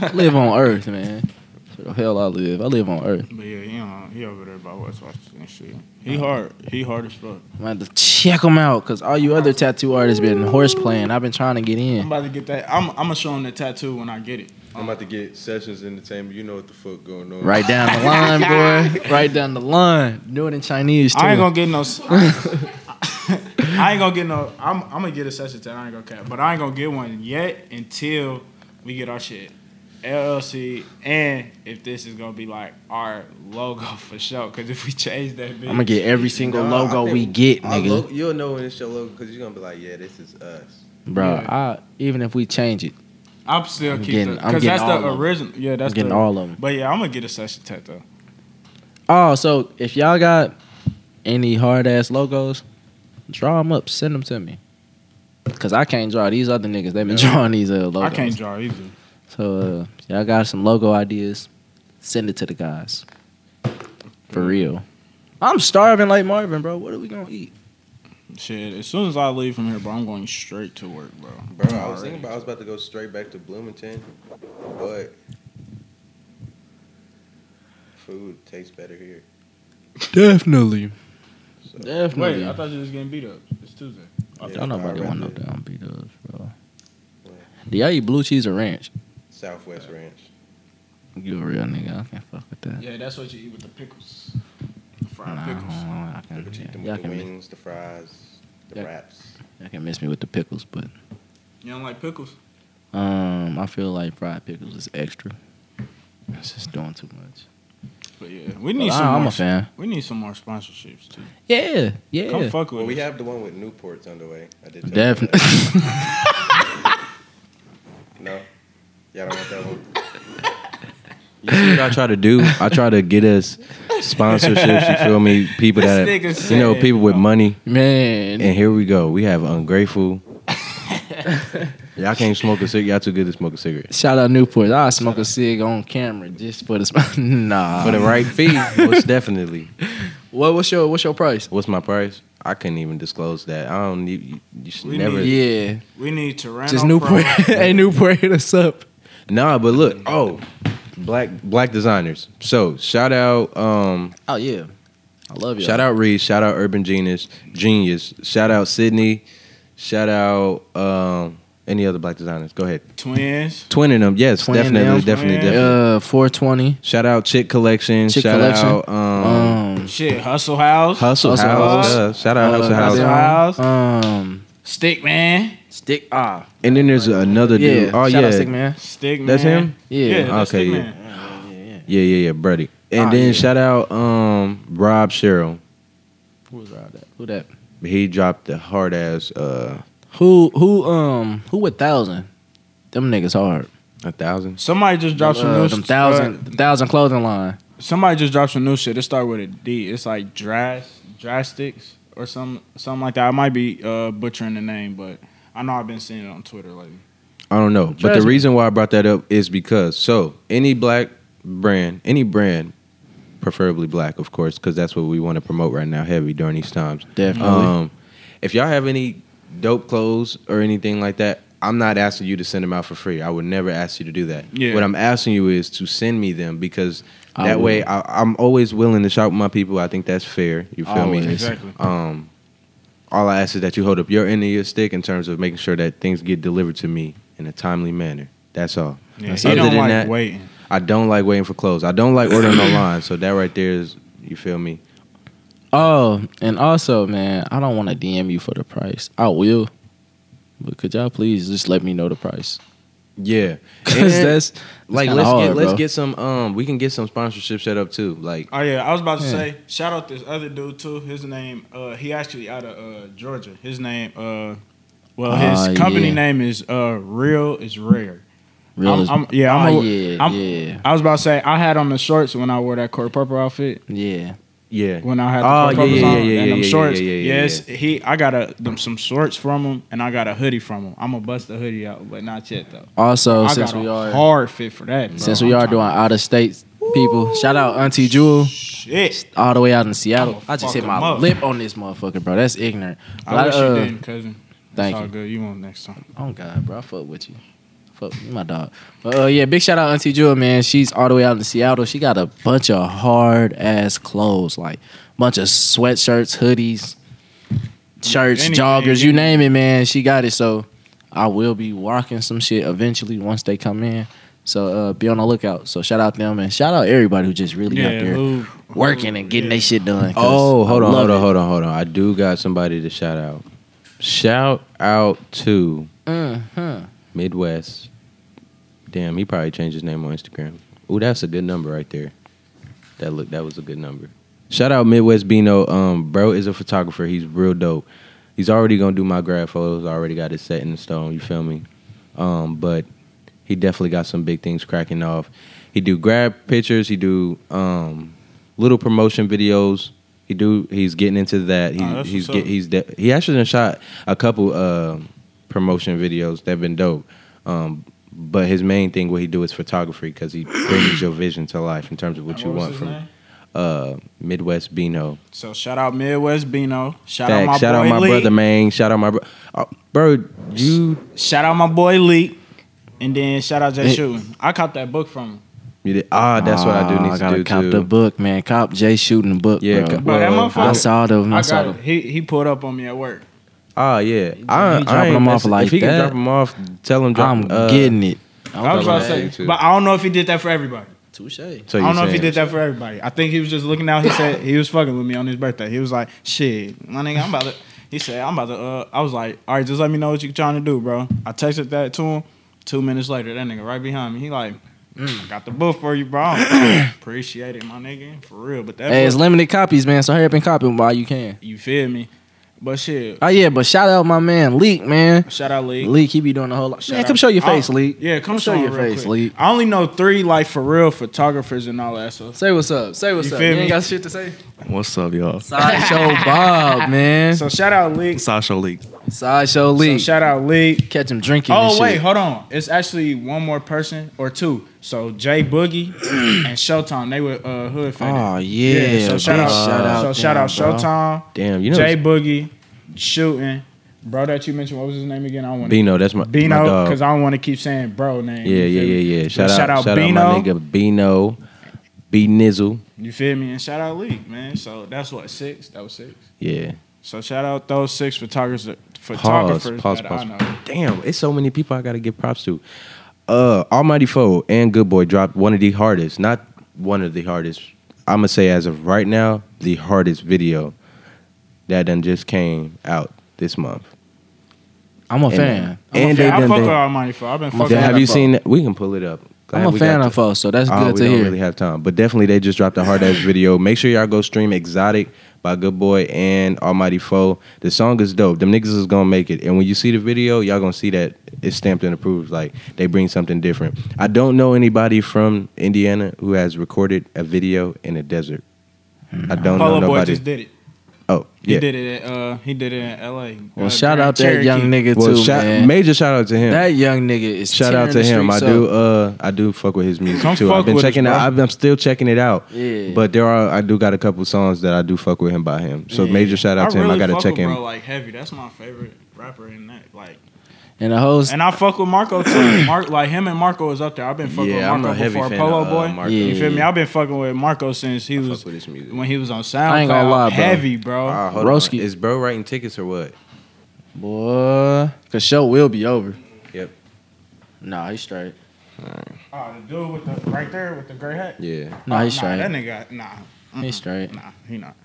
I live on Earth, man. That's where the hell I live. I live on Earth. But yeah, he on, He over there by West Washington Street. He hard. He hard as fuck. I'm gonna have to check them out because all you other tattoo artists been horse playing. I've been trying to get I'm in. about to get that. I'm. I'm gonna show him the tattoo when I get it. I'm about to get Sessions Entertainment. You know what the fuck going on. Right down the line, boy. Right down the line. Do it in Chinese too. I ain't gonna get no. s- I ain't gonna get no. I'm. I'm gonna get a session tattoo. I ain't gonna cap, but I ain't gonna get one yet until we get our shit LLC and if this is gonna be like our logo for sure. Because if we change that, bitch, I'm gonna get every single logo we get, Our nigga. lo- you'll know when it's your logo because you're gonna be like, yeah, this is us. Bro, Yeah. I, even if we change it, I'm still I'm keep getting- the I'm because getting that's all of the 'em. original. Yeah, that's I'm getting the, all of them. But yeah, I'm gonna get a session tattoo. Oh, so if y'all got any hard ass logos, draw them up, send them to me. Cause I can't draw these other niggas. They've been Yeah. drawing these uh, I logos. can't draw either. So uh, if y'all got some logo ideas? Send it to the guys. For real. I'm starving like Marvin, bro. What are we gonna eat? Shit, as soon as I leave from here, bro, I'm going straight to work, bro. Bro, I was thinking about I was about to go straight back to Bloomington, but food tastes better here. Definitely. So. Wait, Definitely. I thought you was getting beat up. It's Tuesday. Yeah, Don't nobody I want no reckon down beat ups, bro. Do y'all eat blue cheese or ranch? Southwest Ranch. Mm-hmm. You a real nigga. I can't fuck with that. Yeah, that's what you eat with the pickles. The fried Nah, I pickles. don't- I You could eat can, them y'all, with the can, mi- wings, the fries, the Yeah. wraps. y'all can miss me with the pickles, but You don't like pickles? Um, I feel like fried pickles is extra. It's just doing too much. But yeah, we need But some. I, am more, a fan. We need some more sponsorships too. Yeah, yeah, Come fuck with Well, we us. have the one with Newport's underway. I did. tell you definitely. that. No, y'all don't want that one. You see what I try to do? I try to get us sponsorships. You feel me? People This that nigga you know, said, people with bro. money. And Man, here we go. We have ungrateful. y'all can't smoke a cigarette. Y'all too good to smoke a cigarette. shout out Newport. I smoke a cig on camera just for the sp- nah. For the right fee, most definitely. what, what's your what's your price? What's my price? I couldn't even disclose that. I don't need. You, you should We never. Yeah, We need Toronto. just Newport. hey, Newport, hit us up. Nah, but look. Oh, black black designers. So shout out. Um, Oh yeah, I love you. Shout out Reed. Shout out Urban Genius. Genius. Shout out Sydney. Shout out um, any other black designers. Go ahead. Twins. Twinning them. Yes, Twinning definitely, them. definitely, Twin. definitely. Uh, four twenty. Shout out Chick Collection. Chick shout Collection. out um, Um, Shit, Hustle House. Hustle, Hustle House. House. uh, shout out uh, Hustle House. Hustle House. Um, Stick Man. stick ah. And then there's another Yeah. dude. Oh shout yeah. out Stick Man. Stick Man. That's him? Yeah. Yeah. that's Okay, Stick yeah. Man. Yeah, yeah, yeah, Brady. And Ah, then yeah. shout out um, Rob Sherrill. Who was that? Who that? He dropped the hard ass uh, Who who um who a thousand? Them niggas hard. a thousand. Somebody just dropped some Uh, new them sh- thousand them thousand clothing line. Somebody just dropped some new shit. It started with a D. It's like Dras Drastics or some something like that. I might be uh, butchering the name, but I know I've been seeing it on Twitter lately. I don't know. But Trust the me. reason why I brought that up is because so any black brand, any brand, preferably black, of course, because that's what we want to promote right now, heavy during these times. Definitely. Um, if y'all have any dope clothes or anything like that, I'm not asking you to send them out for free. I would never ask you to do that. Yeah. What I'm asking you is to send me them because I that will. way I, I'm always willing to shop with my people. I think that's fair. You feel me? Always. Exactly. Um, all I ask is that you hold up your end of your stick in terms of making sure that things get delivered to me in a timely manner. That's all. Yeah, That's he other don't than like that- waiting. I don't like waiting for clothes. I don't like ordering online. So that right there is, you feel me? oh, and also, man, I don't want to DM you for the price. I will, but could y'all please just let me know the price? Yeah, Cause And- that's like kinda let's hard, get let's bro. get some um we can get some sponsorship set up too. Like Oh yeah, I was about to Yeah. say shout out this other dude too. His name uh, he actually out of uh, Georgia. His name uh, well his Ah, company yeah. name is uh, Real is Rare. real. I'm- as- I'm- yeah, I'm Oh, a- yeah, I'm- yeah, I was about to say I had on the shorts when I wore that Court Purple outfit. yeah. yeah, when I had the Oh, oh, yeah, purple yeah, on yeah, yeah, and yeah, them yeah, shorts. yeah, yeah, yeah, yes, he I got a them some shorts from him and I got a hoodie from him. I'm gonna bust the hoodie out, but not yet though. Also, I Oh, since got we a are hard fit for that. bro. since I'm we are tryna- doing out of state people, shout out Auntie Jewel. shit. All the way out in Seattle. I'ma I just fuck hit my him up. lip on this motherfucker, bro. That's ignorant. I But wish uh, you didn't, cousin. It's thank all you. good. You want next time. Oh God, bro, I fuck with you. Fuck my dog. But uh, yeah, big shout out Auntie Jewel, man. She's all the way out in Seattle. She got a bunch of hard ass clothes, like bunch of sweatshirts, hoodies, shirts, Anything, joggers, you anything. name it, man. She got it. So I will be rocking some shit eventually once they come in. So uh, be on the lookout. So shout out them and shout out everybody who just really out there who- working and getting their shit done. 'cause Oh, I hold on, love hold on, it. hold on, hold on. I do got somebody to shout out. Shout out to Mm-hmm. Midwest. Damn, he probably changed his name on Instagram. Ooh, that's a good number right there. That look, that was a good number. Shout out Midwest Bino. Um, bro is a photographer. He's real dope. He's already gonna do my grad photos. I already got it set in stone. You feel me? Um, but he definitely got some big things cracking off. He do grab pictures. He do um, little promotion videos. He do. He's getting into that. He, Oh, that's he's what's get, up. he's de- he actually done shot a couple uh, promotion videos that've been dope. Um, but his main thing, what he do is photography because he brings your vision to life in terms of what you was want his from name? uh, Midwest Beano. So shout out Midwest Bino. Shout out Facts. my Shout boy out my Lee. brother, man. Shout out my bro. Oh, bro, you Shout out my boy Lee. And then shout out Jay Shooting. I caught that book from him. You did. Ah, that's what I do Ah, need gotta to do cop too. the book, man. Cop Jay shooting the book, Yeah, bro. cop- Bro, that Well, motherfucker. I saw them. I, I saw got them. it. He he pulled up on me at work. Ah, yeah. I, he I dropping ain't them off missing- like If he can that, drop them off, tell him. Drop, I'm uh, getting it. I was about that to say, too. but I don't know if he did that for everybody. Touche. So I you're don't know if he saying- did that for everybody. I think he was just looking out. He said he was fucking with me on his birthday. He was like, "Shit, my nigga, I'm about to." He said, "I'm about to." Uh, I was like, "All right, just let me know what you're trying to do, bro." I texted that to him. Two minutes later, that nigga right behind me. He like, "Mm, I "Got the book for you, bro." I'm like, Appreciate it, my nigga, for real. But that, Hey, it's book, limited copies, man. So hurry up and copy them while you can. you feel me? But shit, Oh yeah, but shout out my man Leak, man. shout out, Lee. Leak, he be doing a whole lot. Shout man, out- come show your face, Oh, Leak. Yeah, come show, show your your face, face, Lee. Lee. I only know three like for real photographers and all that. So Say what's up. Say what's You up. feel You me? ain't got shit to say. What's up, y'all? Sideshow Bob, man. So shout out Lee. So Sideshow League. Sideshow Leak. shout out Lee. Catch him drinking. Oh and wait, shit. hold on. It's actually one more person or two. So Jay Boogie and Showtime, they were uh, hood faded. Oh yeah. so big shout out, so damn, shout out bro. Showtime, Damn, you know Jay it's Boogie, shooting bro that you mentioned. What was his name again? I want Bino. That's my My Bino, dog. because I don't want to keep saying bro name. yeah, you yeah, feel me? yeah, yeah. Shout, shout out, out shout out my Bino. nigga Bino, B Nizzle. You feel me? And shout out Lee, man. So that's what six. That was six. Yeah. So shout out those six photographers. Pause. Photographers Pause. that Pause. I know. Damn, it's so many people I gotta give props to. Uh, Almighty Foe and Good Boy dropped one of the hardest, not one of the hardest. I'm gonna say as of right now, the hardest video that done just came out this month. I'm a And- fan. I'm a And fan. they I done. fuck they- with Almighty Four. I've been I'm a fucking. Yeah, fan have of you foe. seen that? We can pull it up. I'm a fan of Fo, so that's Oh, good we to don't hear. really have time, but definitely they just dropped a hard ass video. Make sure y'all go stream "Exotic" by Good Boy and Almighty Foe. The song is dope. Them niggas is gonna make it, and when you see the video, y'all gonna see that it's stamped and approved. Like they bring something different. I don't know anybody from Indiana who has recorded a video in the desert. I don't Polo know Mm-hmm. Boy nobody. just did it. oh, He yeah. did it. At, uh, he did it in L.A. Well, Uh, shout out that Cherokee. young nigga Well, too, shout- man. major shout out to him. That young nigga is. Shout out to tearing the him. I streets do. up. Uh, I do fuck with his music Come too. fuck I've been with us, checking bro. out. I've, I'm still checking it out. Yeah. But there are. I do got a couple songs that I do fuck with him by him. So Yeah. major shout out to him. really I gotta fuck check with him. Bro, like heavy. That's my favorite rapper in that. Like, And the whole and I fuck with Marco too. Mark, like him and Marco is up there. I've been fucking Yeah, I'm with Marco a heavy before fan Polo of, uh, Boy. Marco. You Yeah. feel me? I've been fucking with Marco since he was with his music. when he was on SoundCloud. I ain't gonna lie, bro. Heavy, bro. Ah, hold on. Broski. Is bro writing tickets or what? boy, cause show will be over. Yep. Nah, he's straight. Oh, the dude with the right there with the gray hat. Yeah. Nah, Oh, he's nah, straight. that nigga. Nah, he's straight. nah, he not.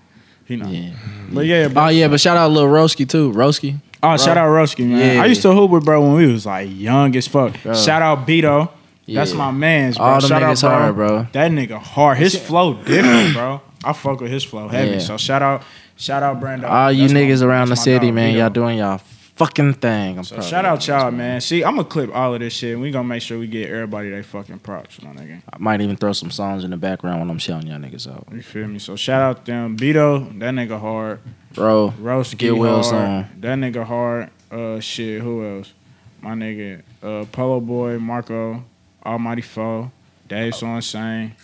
He not. Yeah. But yeah, bro. Oh yeah, but shout out Lil Roski too. Roski. Oh, shout out Roski, man. Yeah. I used to hoop with bro when we was like young as fuck. Bro. Shout out Beto. That's Yeah. my man's bro. All them shout niggas out bro. hard, bro. That nigga hard. His flow different, bro. I fuck with his flow heavy. Yeah. So shout out, shout out Brando. All you That's my- niggas around the that's my city, dog, man, Beto. y'all doing y'all fucking thing. I'm So proud of shout y'all. out y'all, man. See, I'm gonna clip all of this shit. and We gonna make sure we get everybody they fucking props, my nigga. I might even throw some songs in the background when I'm shouting y'all niggas out, You feel me? So shout out them. Beto, that nigga hard. bro. Roast Get Get well hard. soon. That nigga hard. Uh, shit. Who else? My nigga, uh, Polo Boy, Marco, Almighty Foe, Dave Sunshine.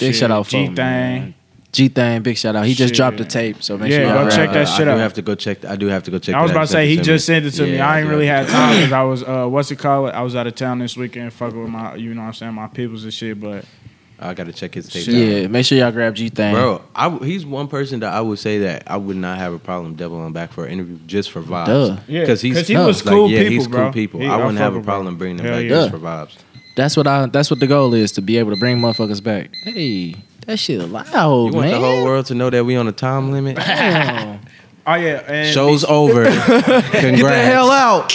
Big shout out, G Foe, Thing. man. G Thang, big shout out. He just Shit. dropped the tape, so make Yeah, sure go y'all check grab that it. I shit do out. have to go check. I do have to go check. I was that about to say he to just sent it to me. Yeah, I ain't do really have had to- time because I was uh, what's it called? I was out of town this weekend, fucking with my, you know, what I'm saying my peoples and shit. But I got to check his tape. out. Yeah, make sure y'all grab G Thang. Bro, I w he's one person that I would say that I would not have a problem doubling back for an interview just for vibes. Duh. Yeah, because he's 'cause he tough. was cool like, yeah, he's people, cool bro. people. He- I I wouldn't fuck have a with him. problem bringing him Hell back yeah. just Duh. for vibes. That's what I. That's what the goal is to be able to bring motherfuckers back. Hey, that shit You loud, want man. the whole world to know that we on a time limit. Damn. oh yeah, and Show's over. Congrats. Get the hell out.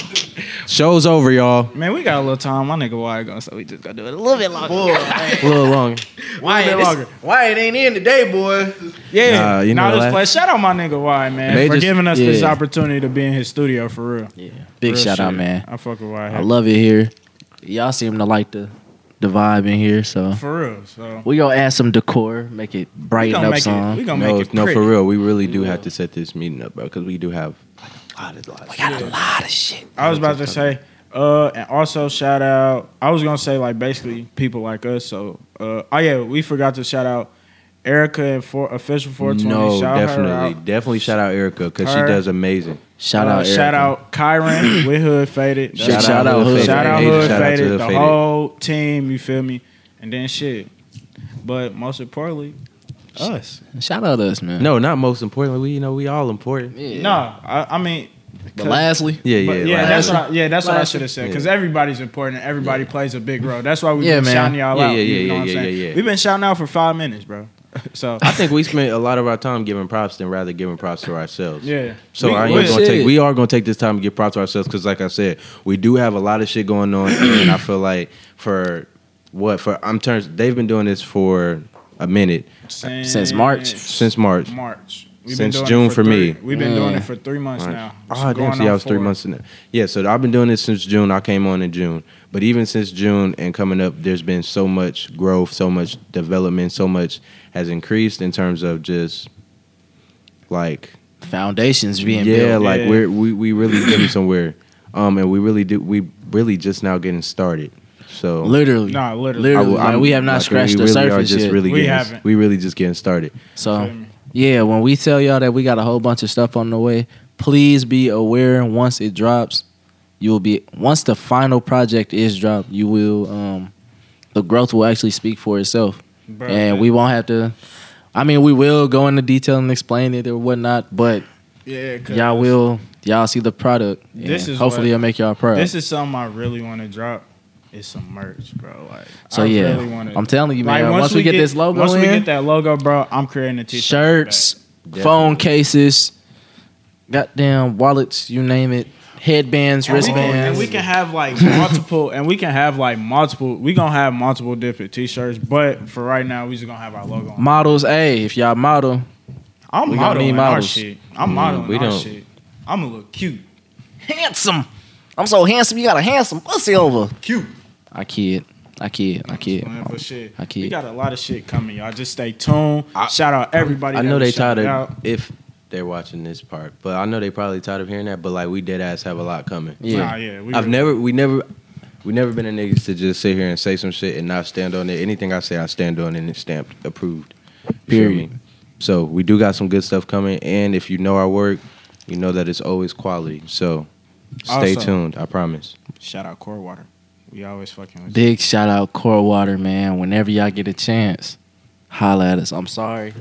Show's over, y'all. man, we got a little time. My nigga, why going? So we just gotta do it a little bit longer. A little longer. Why ain't longer? Why it ain't in today, boy? Yeah, Nah, you know Nah, the this last- place- Shout out my nigga, why man, They for just- giving us this yeah. opportunity to be in his studio for real. Yeah. Big Real shout out, shit. man. I fuck with why. I love it here. Y'all seem to like the the vibe in here, so for real. So we gonna add some decor, make it we brighten gonna up make some. it. We gonna No, make it no, pretty. for real. We really do have to set this meeting up, bro, because we do have like, a lot of lot. Got a lot of shit. I was about to say, uh, and also shout out. I was gonna say like basically people like us. So, uh, oh yeah, we forgot to shout out Erica and for official four twenty. No, shout definitely, Her out. definitely shout out Erica because she Her- does amazing. Shout Uh, out, shout Erica. out Kyron with Hood Faded. Shout That's- out Hood Faded. shout out Hated. Hood Shout out to Faded. Hood The Faded. whole team, you feel me? And then shit. But most importantly, us. Shout out us, man. No, not most importantly. We you know we all important. Yeah. No, I, I mean, But lastly, Yeah, yeah, but yeah, like- that's what I, yeah, that's what I Last- should have said. Because yeah. everybody's important. and Everybody plays a big role. That's why we've Yeah, been man. shouting y'all Yeah, out. yeah, you yeah, know what I'm yeah, saying? yeah, yeah. We've been shouting out for five minutes, bro. so I think we spent a lot of our time giving props than rather giving props to ourselves. yeah, So We- I we- am gonna shit. take, we are going to take this time to give props to ourselves because, like I said, we do have a lot of shit going on, and I feel like for what for I'm turns they've been doing this for a minute since, March. since March. March. Since June for me. we We've been doing Yeah. it for three months now. Oh, Going damn, see, on I was three four. months in there. Yeah, so I've been doing this since June. I came on in June. But even since June and coming up, there's been so much growth, so much development, so much has increased in terms of just like, foundations being yeah, built. like Yeah. we're, we, we really getting somewhere. Um, and we really do, we really just now getting started. So, Literally, Nah, literally. literally, will- like, we have not like, scratched we the really surface Are just yet. Really We getting- haven't. We really just getting started. so, Feel me? yeah, when we tell y'all that we got a whole bunch of stuff on the way, please be aware. Once it drops, you will be. Once the final project is dropped, you will. Um, the growth will actually speak for itself, Bro, and we won't have to. I mean, we will go into detail and explain it or whatnot, but yeah, 'cause y'all will. Y'all see the product. and This is hopefully what- it'll make y'all proud. This is something I really want to drop. It's some merch, bro. Like, So I yeah, really wanna- I'm telling you, man. Like, once, we get, this logo once in, we get that logo, bro, I'm creating a t-shirt. shirts, phone cases, goddamn wallets, you name it, headbands, And we can- and wristbands. we can have like multiple, and we can have like multiple. We gonna have multiple different t-shirts, but for right now, we just gonna have our logo. On. models, hey, if y'all model, I'm we gonna modeling need our models. shit. I'm Mm, modeling we our don't- shit. I'm gonna look cute. handsome. I'm so handsome. You got a handsome pussy over. Cute. I kid. I kid. I kid. Man, but shit, I kid. we got a lot of shit coming, y'all. Just stay tuned. Shout out everybody. I that know we they shouted tired of out. if they're watching this part, but I know they probably tired of hearing that. But like we dead ass have a lot coming. Yeah. Nah, yeah. We I've really- never we never we never been a niggas to just sit here and say some shit and not stand on it. Anything I say, I stand on and it's stamped approved. You feel Period. me? So we do got some good stuff coming, and if you know our work, you know that it's always quality. So stay Also- tuned. I promise. Shout out Core Water. We always fucking with you. Big shout out Core Water, man. Whenever y'all get a chance, holla at us. I'm sorry.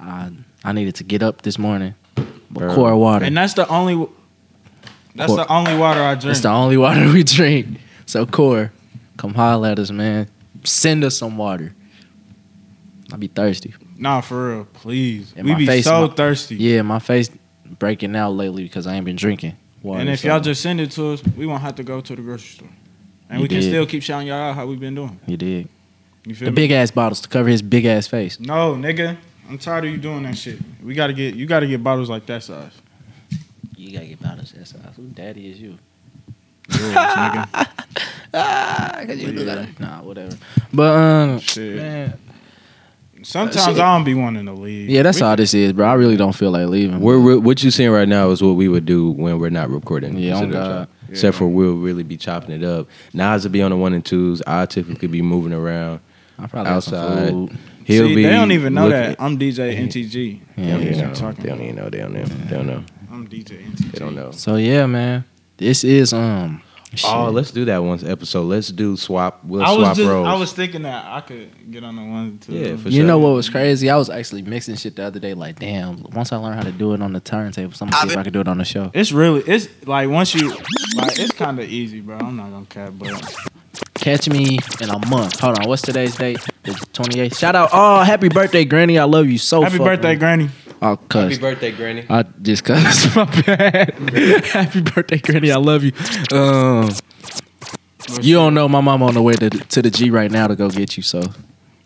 I I needed to get up this morning. But Bro. Core Water. And that's the only. That's Core- the only water I drink. It's the only water we drink. So core, come holler at us, man. Send us some water. I be thirsty. Nah, for real, please. In we my be face, so my- thirsty. Yeah, my face breaking out lately because I ain't been drinking water. and if so- y'all just send it to us, we won't have to go to the grocery store, and You we can did. still keep shouting y'all out how we been doing. you did You feel the me? big ass bottles to cover his big ass face. no, nigga, I'm tired of you doing that shit. We gotta get you gotta get bottles like that size. You gotta get bottles that size. Who daddy is you? Yours, nigga. Ah, cause you look like nah, whatever. But um, Shit. man, Sometimes Uh, shit. I don't be wanting to leave. yeah, that's We- all this is, bro. I really don't feel like leaving. We're, re- what you seeing right now is what we would do when we're not recording. Yeah, on Consider it, God. y'all. Except for we'll really be chopping it up. Nas will be on the one and twos. I typically be moving around. I probably got Outside. some food. He'll See, be they don't even know looking- that I'm DJ NTG. They Yeah. don't even Yeah. know. They don't even know. They don't know. They don't know. I'm DJ NTG. They don't know. So yeah, man. This is um. Oh, shit. let's do that once episode. Let's do swap. We'll I swap was just, roles. I was thinking that I could get on the one too. yeah, for you sure. know what was crazy? I was actually mixing shit the other day. Like, damn. Once I learn how to do it on the turntables, I'm gonna see if I can do it on the show. It's really it's like once you like it's kind of easy, bro. I'm not gonna cap, but Oh, Catch me in a month. Hold on. What's today's date? The 28th. Shout out. Oh, happy birthday, Granny. I love you so. happy fucking birthday, Granny. Oh, Happy cuz. birthday, Granny. I just cuz. My bad. Happy birthday, Granny. I love you. Um, you don't know my mom on the way to, to the G right now to go get you. So,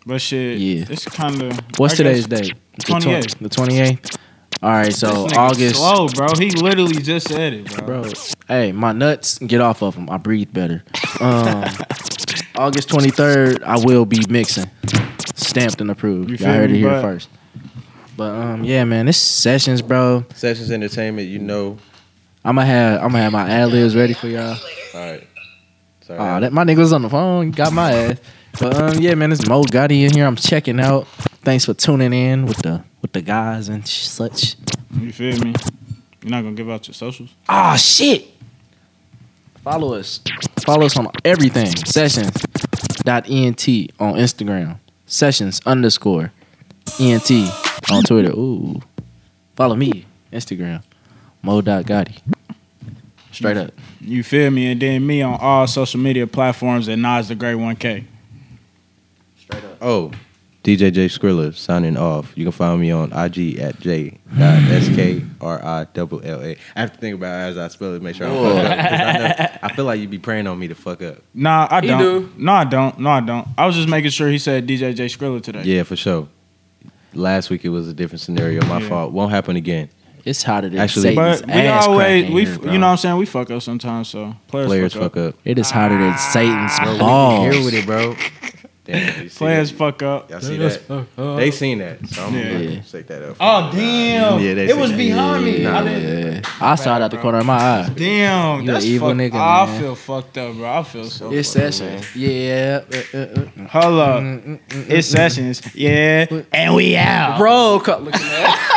But shit, Yeah. it's kind of what's today's date? The 28th. The 28th. All right, so August. Slow, bro. He literally just said it, bro. Bro, hey, my nuts, get off of them. I breathe better. Um, August 23rd, I will be mixing. Stamped and approved. You You feel all heard me, it here bud? first. But um, yeah, man, this sessions, bro. Sessions Entertainment. You know. I'ma have I'ma have my ad libs ready for y'all. All right. Sorry. Oh, that my nigga was on the phone, got my ass. But um, yeah, man, it's Mo Gotti in here. I'm checking out. Thanks for tuning in with the with the guys and sh- such. You feel me? You're not gonna give out your socials. Ah, shit. Follow us. Follow us on everything. Sessions dot ent on Instagram. Sessions underscore ent on Twitter. Ooh. Follow me Instagram. Mo dot Gotti. Straight up. You feel me? And then me on all social media platforms at Nas the Great One K. Oh, DJ J Skrilla signing off. You can find me on IG at J dot S K R I double L A. I have to think about it as I spell it, make sure I don't fuck up. 'cause I, know- I feel like you'd be praying on me to fuck up. Nah, I He don't. do. No, I don't. No, I don't. I was just making sure he said DJ J Skrilla today. Yeah, for sure. Last week it was a different scenario. My Yeah. fault. Won't happen again. It's hotter than Actually- Actually, Satan's But we ass crack always in we here, f bro. you know what I'm saying we fuck up sometimes so players, Players fuck, fuck up. up. it is hotter than Satan's Here balls. with it, bro. Damn, you see Players that? fuck up. Y'all see that? They seen that. So I'm Yeah. gonna take that up. Oh damn! Yeah, they it see was that. behind me. I didn't. Yeah. I saw it out the corner of my eye. Damn, You a that's evil fuck- nigga, I man. feel fucked up, bro. I feel so. It's sessions. Yeah. Uh, uh, uh. Hold up, Mm, mm, mm, Mm-hmm. it's sessions, yeah, and we out. Ah. Bro, cut- look at that.